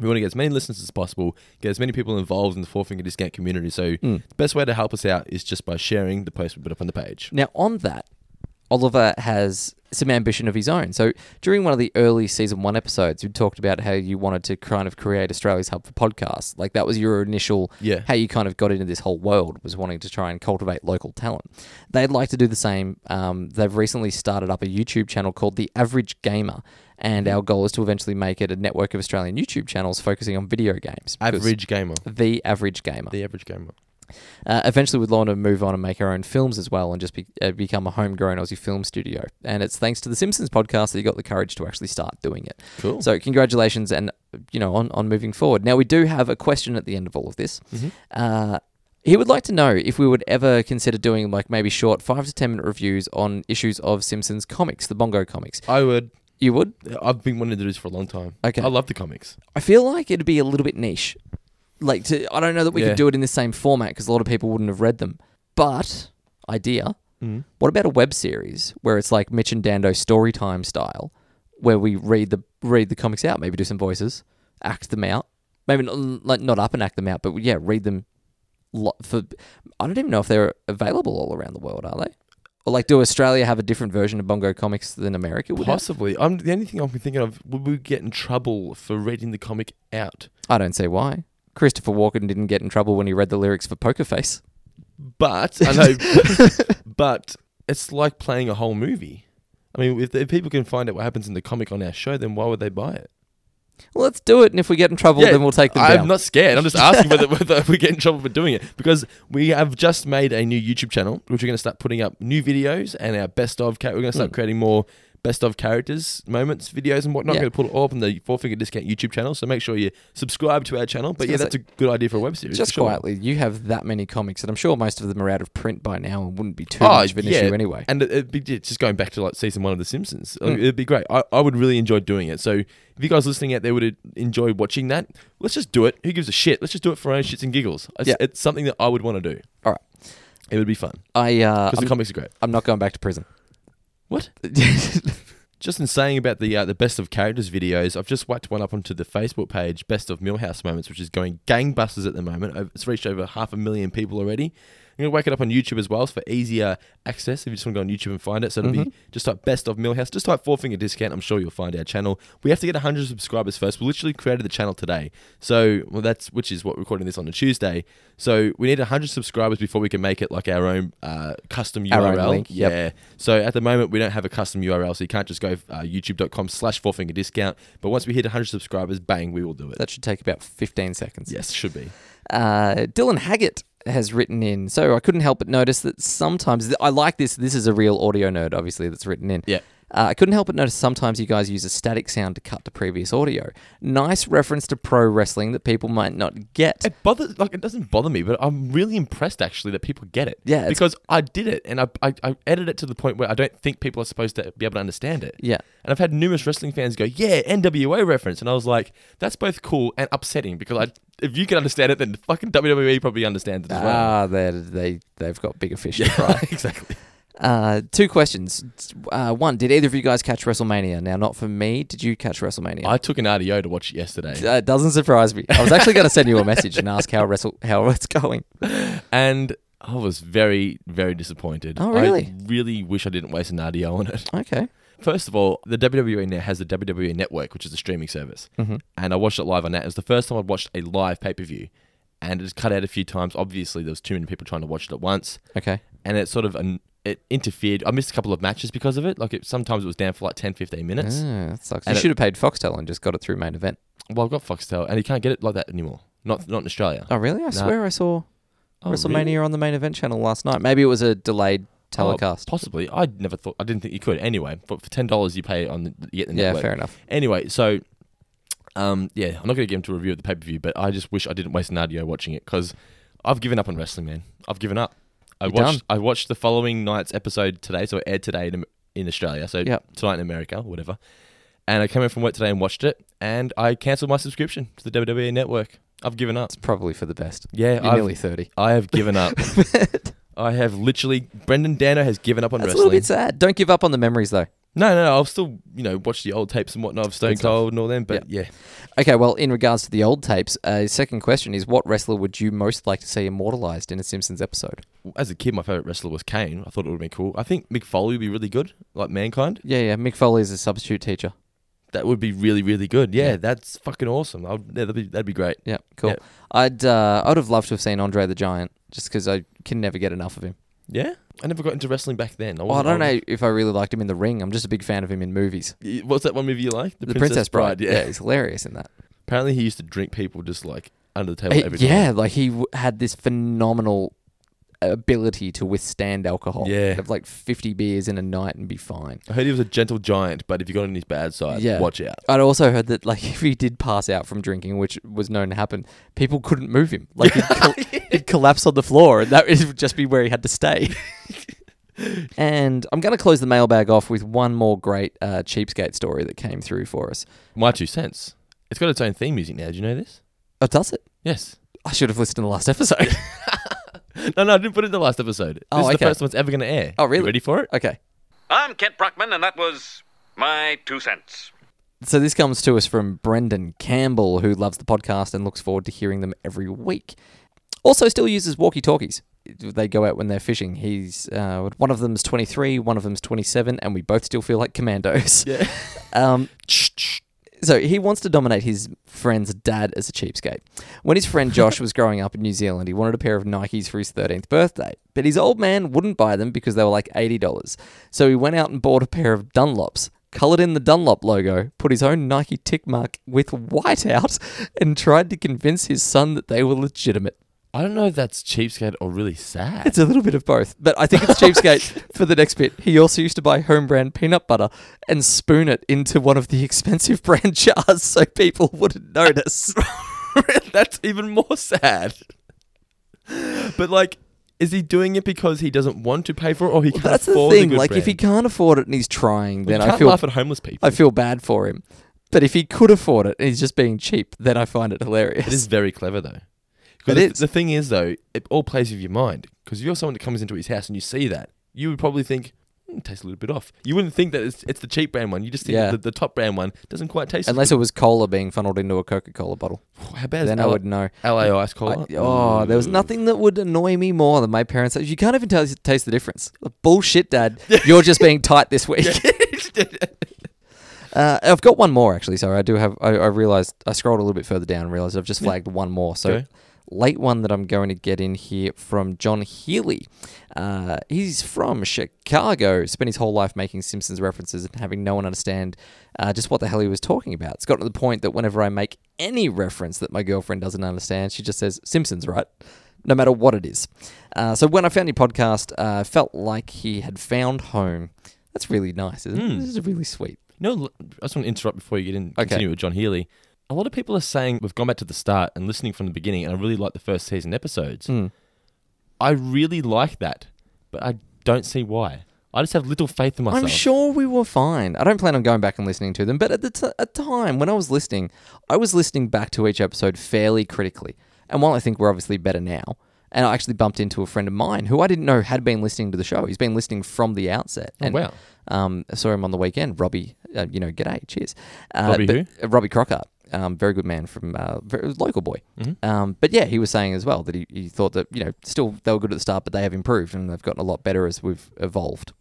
Speaker 5: We want to get as many listeners as possible, get as many people involved in the Four Finger Discount community. So the best way to help us out is just by sharing the post we put up on the page.
Speaker 6: Now, on that, Oliver has some ambition of his own. So during one of the early season one episodes, you talked about how you wanted to kind of create Australia's hub for podcasts. Like that was your initial,
Speaker 5: Yeah.
Speaker 6: how you kind of got into this whole world was wanting to try and cultivate local talent. They'd like to do the same. Um, they've recently started up a YouTube channel called The Average Gamer. And
Speaker 5: Mm-hmm.
Speaker 6: our goal is to eventually make it a network of Australian YouTube channels focusing on video games. because-
Speaker 5: Average Gamer.
Speaker 6: The average gamer.
Speaker 5: The average gamer.
Speaker 6: Uh, eventually, we'd want to move on and make our own films as well, and just be, uh, become a homegrown Aussie film studio. And it's thanks to the Simpsons podcast that you got the courage to actually start doing it.
Speaker 5: Cool.
Speaker 6: So, congratulations, and you know, on on moving forward. Now, we do have a question at the end of all of this.
Speaker 5: Mhm.
Speaker 6: Uh, he would like to know if we would ever consider doing like maybe short five to ten minute reviews on issues of Simpsons comics, the Bongo comics.
Speaker 5: I would.
Speaker 6: You would?
Speaker 5: I've been wanting to do this for a long time.
Speaker 6: Okay.
Speaker 5: I love the comics.
Speaker 6: I feel like it'd be a little bit niche. Like, to, I don't know that we
Speaker 5: Yeah.
Speaker 6: could do it in the same format because a lot of people wouldn't have read them. But idea.
Speaker 5: Mhm.
Speaker 6: What about a web series where it's like Mitch and Dando story time style, where we read the read the comics out, maybe do some voices, act them out, maybe not, like not up and act them out, but yeah, read them. Lo- for I don't even know if they're available all around the world, are they? Or like, do Australia have a different version of Bongo Comics than America would? have?
Speaker 5: Possibly. I'm the only thing I'm thinking of. Would we get in trouble for reading the comic out?
Speaker 6: I don't see why. Christopher Walken didn't get in trouble when he read the lyrics for Poker Face.
Speaker 5: But I know. but it's like playing a whole movie. I mean, if, if people can find out what happens in the comic on our show, then why would they buy it?
Speaker 6: Well, let's do it, and if we get in trouble,
Speaker 5: Yeah,
Speaker 6: then we'll take them
Speaker 5: I'm
Speaker 6: down.
Speaker 5: not scared. I'm just asking whether, whether we get in trouble for doing it because we have just made a new YouTube channel, which we're going to start putting up new videos and our best of. Ca- we're going to
Speaker 6: Hmm.
Speaker 5: start creating more best of characters, moments, videos, and whatnot.
Speaker 6: Yeah.
Speaker 5: We're going to put it all up on the Four Finger Discount YouTube channel. So make sure you subscribe to our channel. But yeah,
Speaker 6: gonna
Speaker 5: that's a good idea for a web series.
Speaker 6: Just
Speaker 5: for sure.
Speaker 6: quietly, you have that many comics, and I'm sure most of them are out of print by now and wouldn't be too
Speaker 5: Oh,
Speaker 6: much of an
Speaker 5: yeah.
Speaker 6: issue anyway.
Speaker 5: And it, it'd be, it's just going back to like season one of The Simpsons. Like,
Speaker 6: Mm.
Speaker 5: It'd be great. I, I would really enjoy doing it. So if you guys listening out there would enjoy watching that, let's just do it. Who gives a shit? Let's just do it for our own shits and giggles. It's,
Speaker 6: Yeah.
Speaker 5: it's something that I would want to do.
Speaker 6: All right.
Speaker 5: It would be fun
Speaker 6: I, uh,
Speaker 5: because the
Speaker 6: I'm,
Speaker 5: comics are great.
Speaker 6: I'm not going back to prison.
Speaker 5: What? just in saying about the uh, the best of characters videos, I've just whacked one up onto the Facebook page, Best of Millhouse Moments, which is going gangbusters at the moment. Over- It's reached over half a million people already. I'm going to whack it up on YouTube as well for easier access if you just want to go on YouTube and find it. So it'll
Speaker 6: Mhm.
Speaker 5: be just type Best of Millhouse, just type Four Finger Discount. I'm sure you'll find our channel. We have to get 100 subscribers first. We literally created the channel today. So well, that's which is what we're recording this on a Tuesday. So we need 100 subscribers before we can make it like our own uh, custom
Speaker 6: Our own
Speaker 5: URL.
Speaker 6: link, yep.
Speaker 5: Yeah. So at the moment, we don't have a custom URL, so you can't just go uh, youtube.com slash fourfinger discount. But once we hit 100 subscribers, bang, we will do it.
Speaker 6: That should take about 15 seconds.
Speaker 5: yes, should be.
Speaker 6: Uh, Dylan Haggett has written in, so I couldn't help but notice that sometimes I like this. This is a real audio nerd, obviously, that's written in.
Speaker 5: Yeah.
Speaker 6: Uh, I couldn't help but notice sometimes you guys use a static sound to cut to previous audio. Nice reference to pro wrestling that people might not get.
Speaker 5: It bothers, like, it doesn't bother me, but I'm really impressed actually that people get it.
Speaker 6: Yeah, it's-
Speaker 5: Because I did it and I, I, I edited it to the point where I don't think people are supposed to be able to understand it.
Speaker 6: Yeah.
Speaker 5: And I've had numerous wrestling fans go, yeah, NWA reference. And I was like, that's both cool and upsetting because I, if you can understand it, then fucking WWE probably understands it as well.
Speaker 6: Ah, they they they've got bigger fish to fry.
Speaker 5: exactly.
Speaker 6: Uh, two questions. Uh, one, did either of you guys catch WrestleMania? Now, not for me. Did you catch WrestleMania?
Speaker 5: I took an RDO to watch it yesterday.
Speaker 6: uh, it doesn't surprise me. I was actually going to send you a message and ask how wrestle how it's going.
Speaker 5: and I was very, very disappointed.
Speaker 6: Oh, really?
Speaker 5: I really wish I didn't waste an RDO on it.
Speaker 6: Okay.
Speaker 5: First of all, the WWE now has the WWE Network, which is a streaming service,
Speaker 6: Mhm.
Speaker 5: and I watched it live on that. It was the first time I'd watched a live pay per view, and it was cut out a few times. Obviously, there was too many people trying to watch it at once,
Speaker 6: Okay.
Speaker 5: and it sort of an, it interfered. I missed a couple of matches because of it. Like it, sometimes it was down for like 10, 15 minutes.
Speaker 6: Ah, that sucks.
Speaker 5: And
Speaker 6: you
Speaker 5: it-
Speaker 6: should have paid Foxtel and just got it through main event.
Speaker 5: Well, I've got Foxtel, and you can't get it like that anymore. Not not in Australia.
Speaker 6: Oh, really? I swear I saw
Speaker 5: Oh,
Speaker 6: WrestleMania
Speaker 5: really?
Speaker 6: on the main event channel last night. Maybe it was a delayed telecast.
Speaker 5: Oh, possibly. I never thought. I didn't think you could. Anyway, but for ten dollars, you pay it on the, you get the
Speaker 6: yeah,
Speaker 5: network.
Speaker 6: fair enough.
Speaker 5: Anyway, so um, yeah, I'm not going to get into a review of the pay per view, but I just wish I didn't waste an audio watching it because I've given up on wrestling, man. I've given up. I
Speaker 6: You're
Speaker 5: watched.
Speaker 6: done.
Speaker 5: I watched the following night's episode today, so it aired today in, Am- in Australia, so
Speaker 6: Yep.
Speaker 5: tonight in America, whatever. And I came in from work today and watched it, and I cancelled my subscription to the WWE Network. I've given up.
Speaker 6: Probably for the best.
Speaker 5: Yeah,
Speaker 6: You're
Speaker 5: I've-
Speaker 6: nearly thirty.
Speaker 5: I have given up. I have literally. Brendan Dano has given up on
Speaker 6: That's a
Speaker 5: wrestling.
Speaker 6: little bit sad. Don't give up on the memories though.
Speaker 5: No, no, no. I'll still, you know, watch the old tapes and whatnot of Stone
Speaker 6: Good stuff.
Speaker 5: Cold and all them. But yeah,
Speaker 6: Okay, well, in regards to the old tapes, uh, his second question is what wrestler would you most like to see immortalized in a Simpsons episode?
Speaker 5: as a kid, my favorite wrestler was Kane. I thought it would be cool. I think Mick Foley would be really good, like Mankind.
Speaker 6: Yeah, yeah. Mick Foley is a substitute teacher.
Speaker 5: That would be really, really good. Yeah, that's fucking awesome. I would, yeah, that'd be that'd be great.
Speaker 6: Yeah, cool. I'd uh, I would have loved to have seen Andre the Giant just because I can never get enough of him.
Speaker 5: Yeah, I never got into wrestling back then.
Speaker 6: Well, Oh, I
Speaker 5: wasn't-
Speaker 6: don't
Speaker 5: was-
Speaker 6: know if I really liked him in the ring. I'm just a big fan of him in movies.
Speaker 5: Y- What's that one movie you like?
Speaker 6: The, Princess, Bride. Yeah. he's hilarious in that.
Speaker 5: Apparently, he used to drink people just like under the table
Speaker 6: He-
Speaker 5: every night.
Speaker 6: yeah, like he w- had this phenomenal ability to withstand alcohol.
Speaker 5: Yeah.
Speaker 6: have like 50 beers in a night and be fine.
Speaker 5: I heard he was a gentle giant, but if you got on his bad side,
Speaker 6: yeah,
Speaker 5: watch out.
Speaker 6: I'd also heard that like if he did pass out from drinking, which was known to happen, people couldn't move him. Like he'd, col- he'd collapse on the floor, and that would just be where he had to stay. and I'm going to close the mailbag off with one more great uh, cheapskate story that came through for us.
Speaker 5: My two cents. It's got its own theme music now. Do you know this?
Speaker 6: Oh, does it?
Speaker 5: Yes.
Speaker 6: I should have listened to the last episode.
Speaker 5: No, no, I didn't put it in the last episode. This
Speaker 6: Oh,
Speaker 5: is
Speaker 6: okay.
Speaker 5: the first one that's ever going to air.
Speaker 6: Oh, really?
Speaker 5: You ready for it?
Speaker 6: okay.
Speaker 11: I'm Kent Brockman, and that was my two cents.
Speaker 6: So this comes to us from Brendan Campbell, who loves the podcast and looks forward to hearing them every week. Also, still uses walkie-talkies. They go out when they're fishing. He's uh, one of them's twenty-three, one of them's twenty-seven, and we both still feel like commandos. Yeah. um, so he wants to dominate his friend's dad as a cheapskate. When his friend Josh was growing up in New Zealand, he wanted a pair of Nikes for his 13th birthday, but his old man wouldn't buy them because they were like $80. So he went out and bought a pair of Dunlops, coloured in the Dunlop logo, put his own Nike tick mark with white out, and tried to convince his son that they were legitimate.
Speaker 5: I don't know if that's cheapskate or really sad.
Speaker 6: It's a little bit of both, but I think it's cheapskate for the next bit. He also used to buy home brand peanut butter and spoon it into one of the expensive brand jars so people wouldn't notice.
Speaker 5: that's even more sad. But like, is he doing it because he doesn't want to pay for it, or he can't
Speaker 6: That's the
Speaker 5: afford
Speaker 6: thing.
Speaker 5: good
Speaker 6: Like, if he
Speaker 5: brand?
Speaker 6: can't afford it and he's trying,
Speaker 5: Well,
Speaker 6: then
Speaker 5: you
Speaker 6: I
Speaker 5: can't
Speaker 6: feel
Speaker 5: laugh at homeless people.
Speaker 6: I feel bad for him. But if he could afford it and he's just being cheap, then I find it hilarious.
Speaker 5: It is very clever though.
Speaker 6: It
Speaker 5: Because the,
Speaker 6: is.
Speaker 5: the thing is though, it all plays with your mind. Because if you're someone that comes into his house and you see that, you would probably think "Hmm, it tastes a little bit off. You wouldn't think that it's, it's the cheap brand one. You just think
Speaker 6: Yeah.
Speaker 5: the, the top brand one doesn't quite taste. as
Speaker 6: Unless it
Speaker 5: good.
Speaker 6: was cola being funneled into a Coca Cola bottle.
Speaker 5: how bad is
Speaker 6: Then I
Speaker 5: LA
Speaker 6: would know.
Speaker 5: LA ice cola.
Speaker 6: I- oh, there was nothing that would annoy me more than my parents. You can't even tell, taste the difference. Bullshit, Dad. You're just being tight this week. Uh, I've got one more actually. Sorry, I do have. I, I realized I scrolled a little bit further down and realized I've just flagged one more. So
Speaker 5: Okay.
Speaker 6: late one that I'm going to get in here from John Healy. Uh, he's from Chicago. Spent his whole life making Simpsons references and having no one understand uh, just what the hell he was talking about. It's got to the point that whenever I make any reference that my girlfriend doesn't understand, she just says Simpsons, right? No matter what it is. Uh, so when I found your podcast, uh, I felt like he had found home. That's really nice, isn't it? This is really sweet.
Speaker 5: No, l- I just want to interrupt before you get in.
Speaker 6: Okay.
Speaker 5: Continue with John Healy. A lot of people are saying we've gone back to the start and listening from the beginning, and I really like the first season episodes. I really like that, but I don't see why. I just have little faith in myself.
Speaker 6: I'm sure we were fine. I don't plan on going back and listening to them, but at the t- at time when I was listening, I was listening back to each episode fairly critically. And while I think we're obviously better now, and I actually bumped into a friend of mine who I didn't know had been listening to the show. He's been listening from the outset. And,
Speaker 5: Oh, wow.
Speaker 6: Um, I saw him on the weekend, Robbie. Uh, you know, g'day, cheers. Uh,
Speaker 5: Robbie
Speaker 6: but-
Speaker 5: who?
Speaker 6: uh, Robbie Crockart, um, very good man from uh, very local boy.
Speaker 5: Mm-hmm.
Speaker 6: Um, but yeah, he was saying as well that he, he thought that you know still they were good at the start, but they have improved and they've gotten a lot better as we've evolved.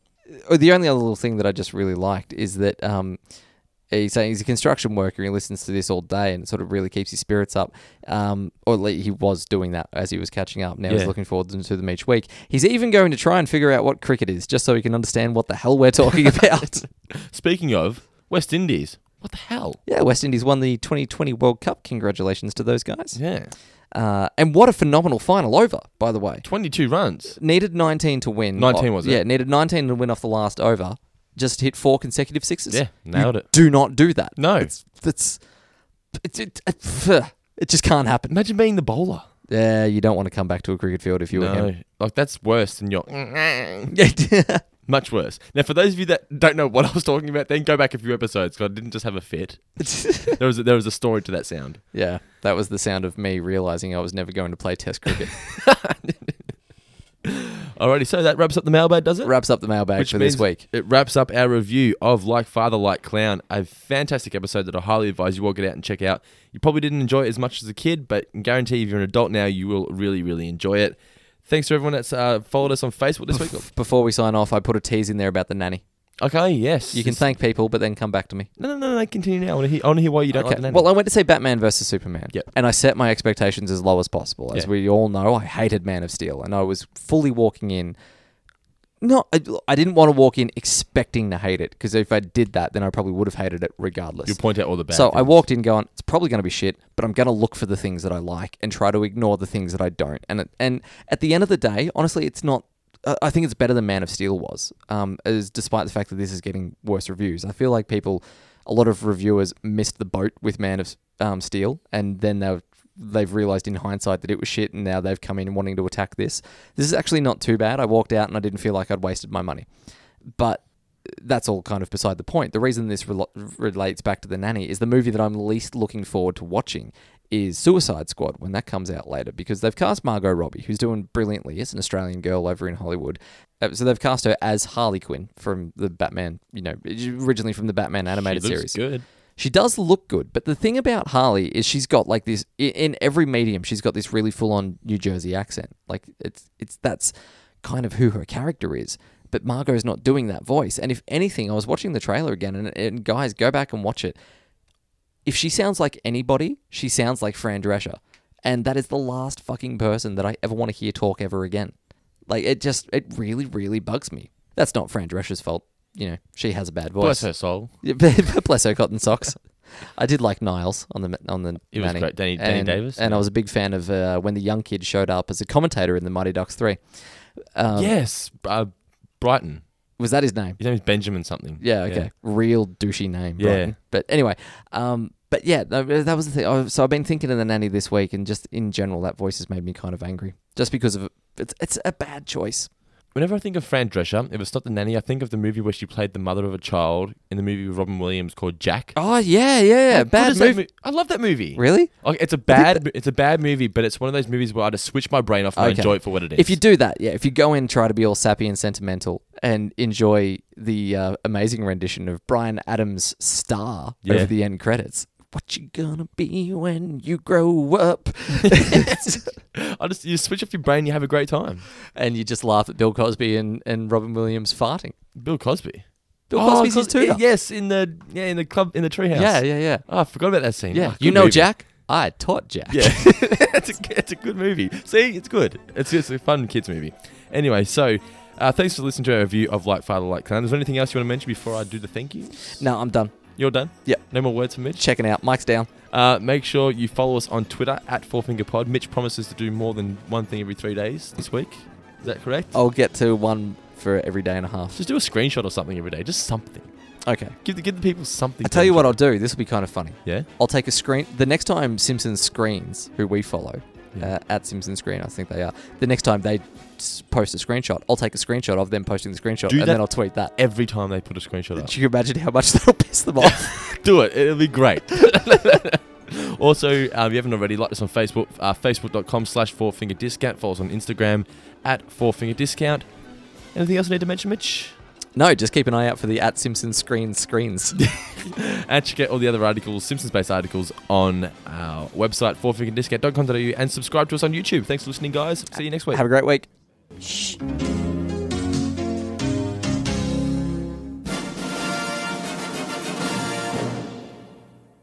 Speaker 6: Uh, The only other little thing that I just really liked is that um, he's saying he's a construction worker. He listens to this all day, and it sort of really keeps his spirits up. Um, or at least he was doing that as he was catching up. Now he's
Speaker 5: Yeah.
Speaker 6: looking forward to them each week. He's even going to try and figure out what cricket is, just so he can understand what the hell we're talking about.
Speaker 5: Speaking of West Indies, what the hell?
Speaker 6: Yeah, West Indies won the 2020 World Cup. Congratulations to those guys.
Speaker 5: Yeah,
Speaker 6: Uh, and what a phenomenal final over, by the way.
Speaker 5: twenty-two runs.
Speaker 6: Needed 19 to win. Oh,
Speaker 5: 19 was it?
Speaker 6: Yeah, needed 19 to win off the last over. Just hit four consecutive sixes.
Speaker 5: Yeah, nailed
Speaker 6: You
Speaker 5: it.
Speaker 6: Do not do that.
Speaker 5: No.
Speaker 6: It's, that's, it's, it, it, uh, it just can't happen.
Speaker 5: Imagine being the bowler.
Speaker 6: Yeah, you don't want to come back to a cricket field if you were
Speaker 5: No,
Speaker 6: him.
Speaker 5: like that's worse than your
Speaker 6: Yeah.
Speaker 5: much worse. Now, for those of you that don't know what I was talking about, then go back a few episodes because I didn't just have a fit. there was a, there was a story to that sound.
Speaker 6: yeah, that was the sound of me realizing I was never going to play Test cricket.
Speaker 5: Alrighty, so that wraps up the mailbag, does it?
Speaker 6: Wraps up the mailbag
Speaker 5: Which
Speaker 6: for this
Speaker 5: means
Speaker 6: week.
Speaker 5: It wraps up our review of Like Father, Like Clown, a fantastic episode that I highly advise you all get out and check out. You probably didn't enjoy it as much as a kid, but I guarantee if you're an adult now, you will really, really enjoy it. Thanks to everyone that's uh, followed us on Facebook this week.
Speaker 6: Before we sign off, I put a tease in there about the nanny.
Speaker 5: Okay, yes.
Speaker 6: You can thank people, but then come back to me.
Speaker 5: No, no, no, no, continue now. I want to hear, I want to hear why you don't like the nanny.
Speaker 6: Well, I went to see Batman versus Superman. And I set my expectations as low as possible. As
Speaker 5: Yeah.
Speaker 6: we all know, I hated Man of Steel and I was fully walking in. No, I, I didn't want to walk in expecting to hate it because if I did that, then I probably would have hated it regardless.
Speaker 5: You point out all the bad
Speaker 6: So I
Speaker 5: things.
Speaker 6: walked in going, it's probably going to be shit, but I'm going to look for the things that I like and try to ignore the things that I don't. And it, and at the end of the day, honestly, it's not. I- I think it's better than Man of Steel was, um, as despite the fact that this is getting worse reviews. I feel like people, a lot of reviewers missed the boat with Man of um, Steel, and then they've they've realized in hindsight that it was shit, and now they've come in wanting to attack this. This is actually not too bad. I walked out and I didn't feel like I'd wasted my money, but that's all kind of beside the point. The reason this rel relates back to the nanny is the movie that I'm least looking forward to watching is Suicide Squad when that comes out later because they've cast Margot Robbie, who's doing brilliantly as an Australian girl over in Hollywood. Uh, So they've cast her as Harley Quinn from the Batman, you know, originally from the Batman animated
Speaker 5: looks
Speaker 6: series.
Speaker 5: good.
Speaker 6: She does look good, but the thing about Harley is she's got like this i- in every medium. She's got this really full-on New Jersey accent. Like it's it's that's kind of who her character is. But Margot's not doing that voice. And if anything, I was watching the trailer again, and, and guys, go back and watch it. If she sounds like anybody, she sounds like Fran Drescher, and that is the last fucking person that I ever want to hear talk ever again. Like it just it really really bugs me. That's not Fran Drescher's fault. You know, she has a bad voice.
Speaker 5: Bless her soul.
Speaker 6: Yeah, but- Bless her cotton socks. I did like Niles on the on the
Speaker 5: He was
Speaker 6: nanny.
Speaker 5: great. Danny- Danny
Speaker 6: and,
Speaker 5: Davis,
Speaker 6: and
Speaker 5: yeah.
Speaker 6: I was a big fan of uh, when the young kid showed up as a commentator in the Mighty Ducks three. Um,
Speaker 5: yes, uh, Brighton.
Speaker 6: was that his name?
Speaker 5: His name is Benjamin something.
Speaker 6: Yeah, okay. Real douchey name.
Speaker 5: Yeah.
Speaker 6: Brighton. But anyway, um, but yeah, no, that was the thing. I- So I've been thinking of the nanny this week, and just in general, that voice has made me kind of angry, just because of it's it's a bad choice.
Speaker 5: Whenever I think of Fran Drescher, if it's not the nanny, I think of the movie where she played the mother of a child in the movie with Robin Williams called Jack.
Speaker 6: Oh yeah, yeah, yeah.
Speaker 5: Like, what
Speaker 6: bad
Speaker 5: is that
Speaker 6: move.
Speaker 5: mo- I love that movie.
Speaker 6: Really?
Speaker 5: Like, it's a bad, it's a bad movie, but it's one of those movies where I just switch my brain off and I enjoy it for what it is.
Speaker 6: If you do that, yeah, if you go in try to be all sappy and sentimental and enjoy the uh, amazing rendition of Brian Adams' "Star"
Speaker 5: Yeah.
Speaker 6: over the end credits, what you gonna be when you grow up?
Speaker 5: I just you switch off your brain, you have a great time.
Speaker 6: and you just laugh at Bill Cosby and, and Robin Williams farting.
Speaker 5: Bill Cosby.
Speaker 6: Bill
Speaker 5: Oh,
Speaker 6: Cosby's his
Speaker 5: Cos-
Speaker 6: tutor.
Speaker 5: Yes, in the yeah in the club in the treehouse.
Speaker 6: Yeah, yeah, yeah.
Speaker 5: Oh, I forgot about that scene.
Speaker 6: Yeah,
Speaker 5: Oh,
Speaker 6: you
Speaker 5: good
Speaker 6: know
Speaker 5: movie.
Speaker 6: Jack. I taught Jack.
Speaker 5: Yeah, it's, a, it's a good movie. See, it's good. It's, it's a fun kids movie. Anyway, so uh, thanks for listening to our review of Like Father, Like Clan. Is there anything else you want to mention before I do the thank you?
Speaker 6: No, I'm done.
Speaker 5: You're done?
Speaker 6: Yeah.
Speaker 5: No more words from Mitch?
Speaker 6: Checking out. Mike's down.
Speaker 5: Uh, make sure you follow us on Twitter at FourFingerPod. Mitch promises to do more than one thing every three days this week. Is that correct?
Speaker 6: I'll get to one for every day and a half.
Speaker 5: Just do a screenshot or something every day. Just something.
Speaker 6: Okay.
Speaker 5: Give the, give the people something.
Speaker 6: I tell you what I'll do. This will be kind of funny.
Speaker 5: Yeah?
Speaker 6: I'll take a screen. The next time Simpson screens, who we follow uh, at Simpson Screen, I think they are. The next time they s- post a screenshot, I'll take a screenshot of them posting the screenshot,
Speaker 5: Do
Speaker 6: and
Speaker 5: that
Speaker 6: then I'll tweet that.
Speaker 5: Every time they put a screenshot up.
Speaker 6: Do you imagine how much that'll piss them off?
Speaker 5: do it. It'll be great. also, uh, if you haven't already, like us on Facebook, uh, facebook.com slash fourfingerdiscount. Follow us on Instagram at fourfingerdiscount. Anything else I need to mention, Mitch?
Speaker 6: no, just keep an eye out for the at Simpson Screen screens.
Speaker 5: And check out all the other articles, Simpsons-based articles, on our website, fourfingerdiscount.com.au, and subscribe to us on YouTube. Thanks for listening, guys. See you next week.
Speaker 6: Have a great week.
Speaker 8: Shh.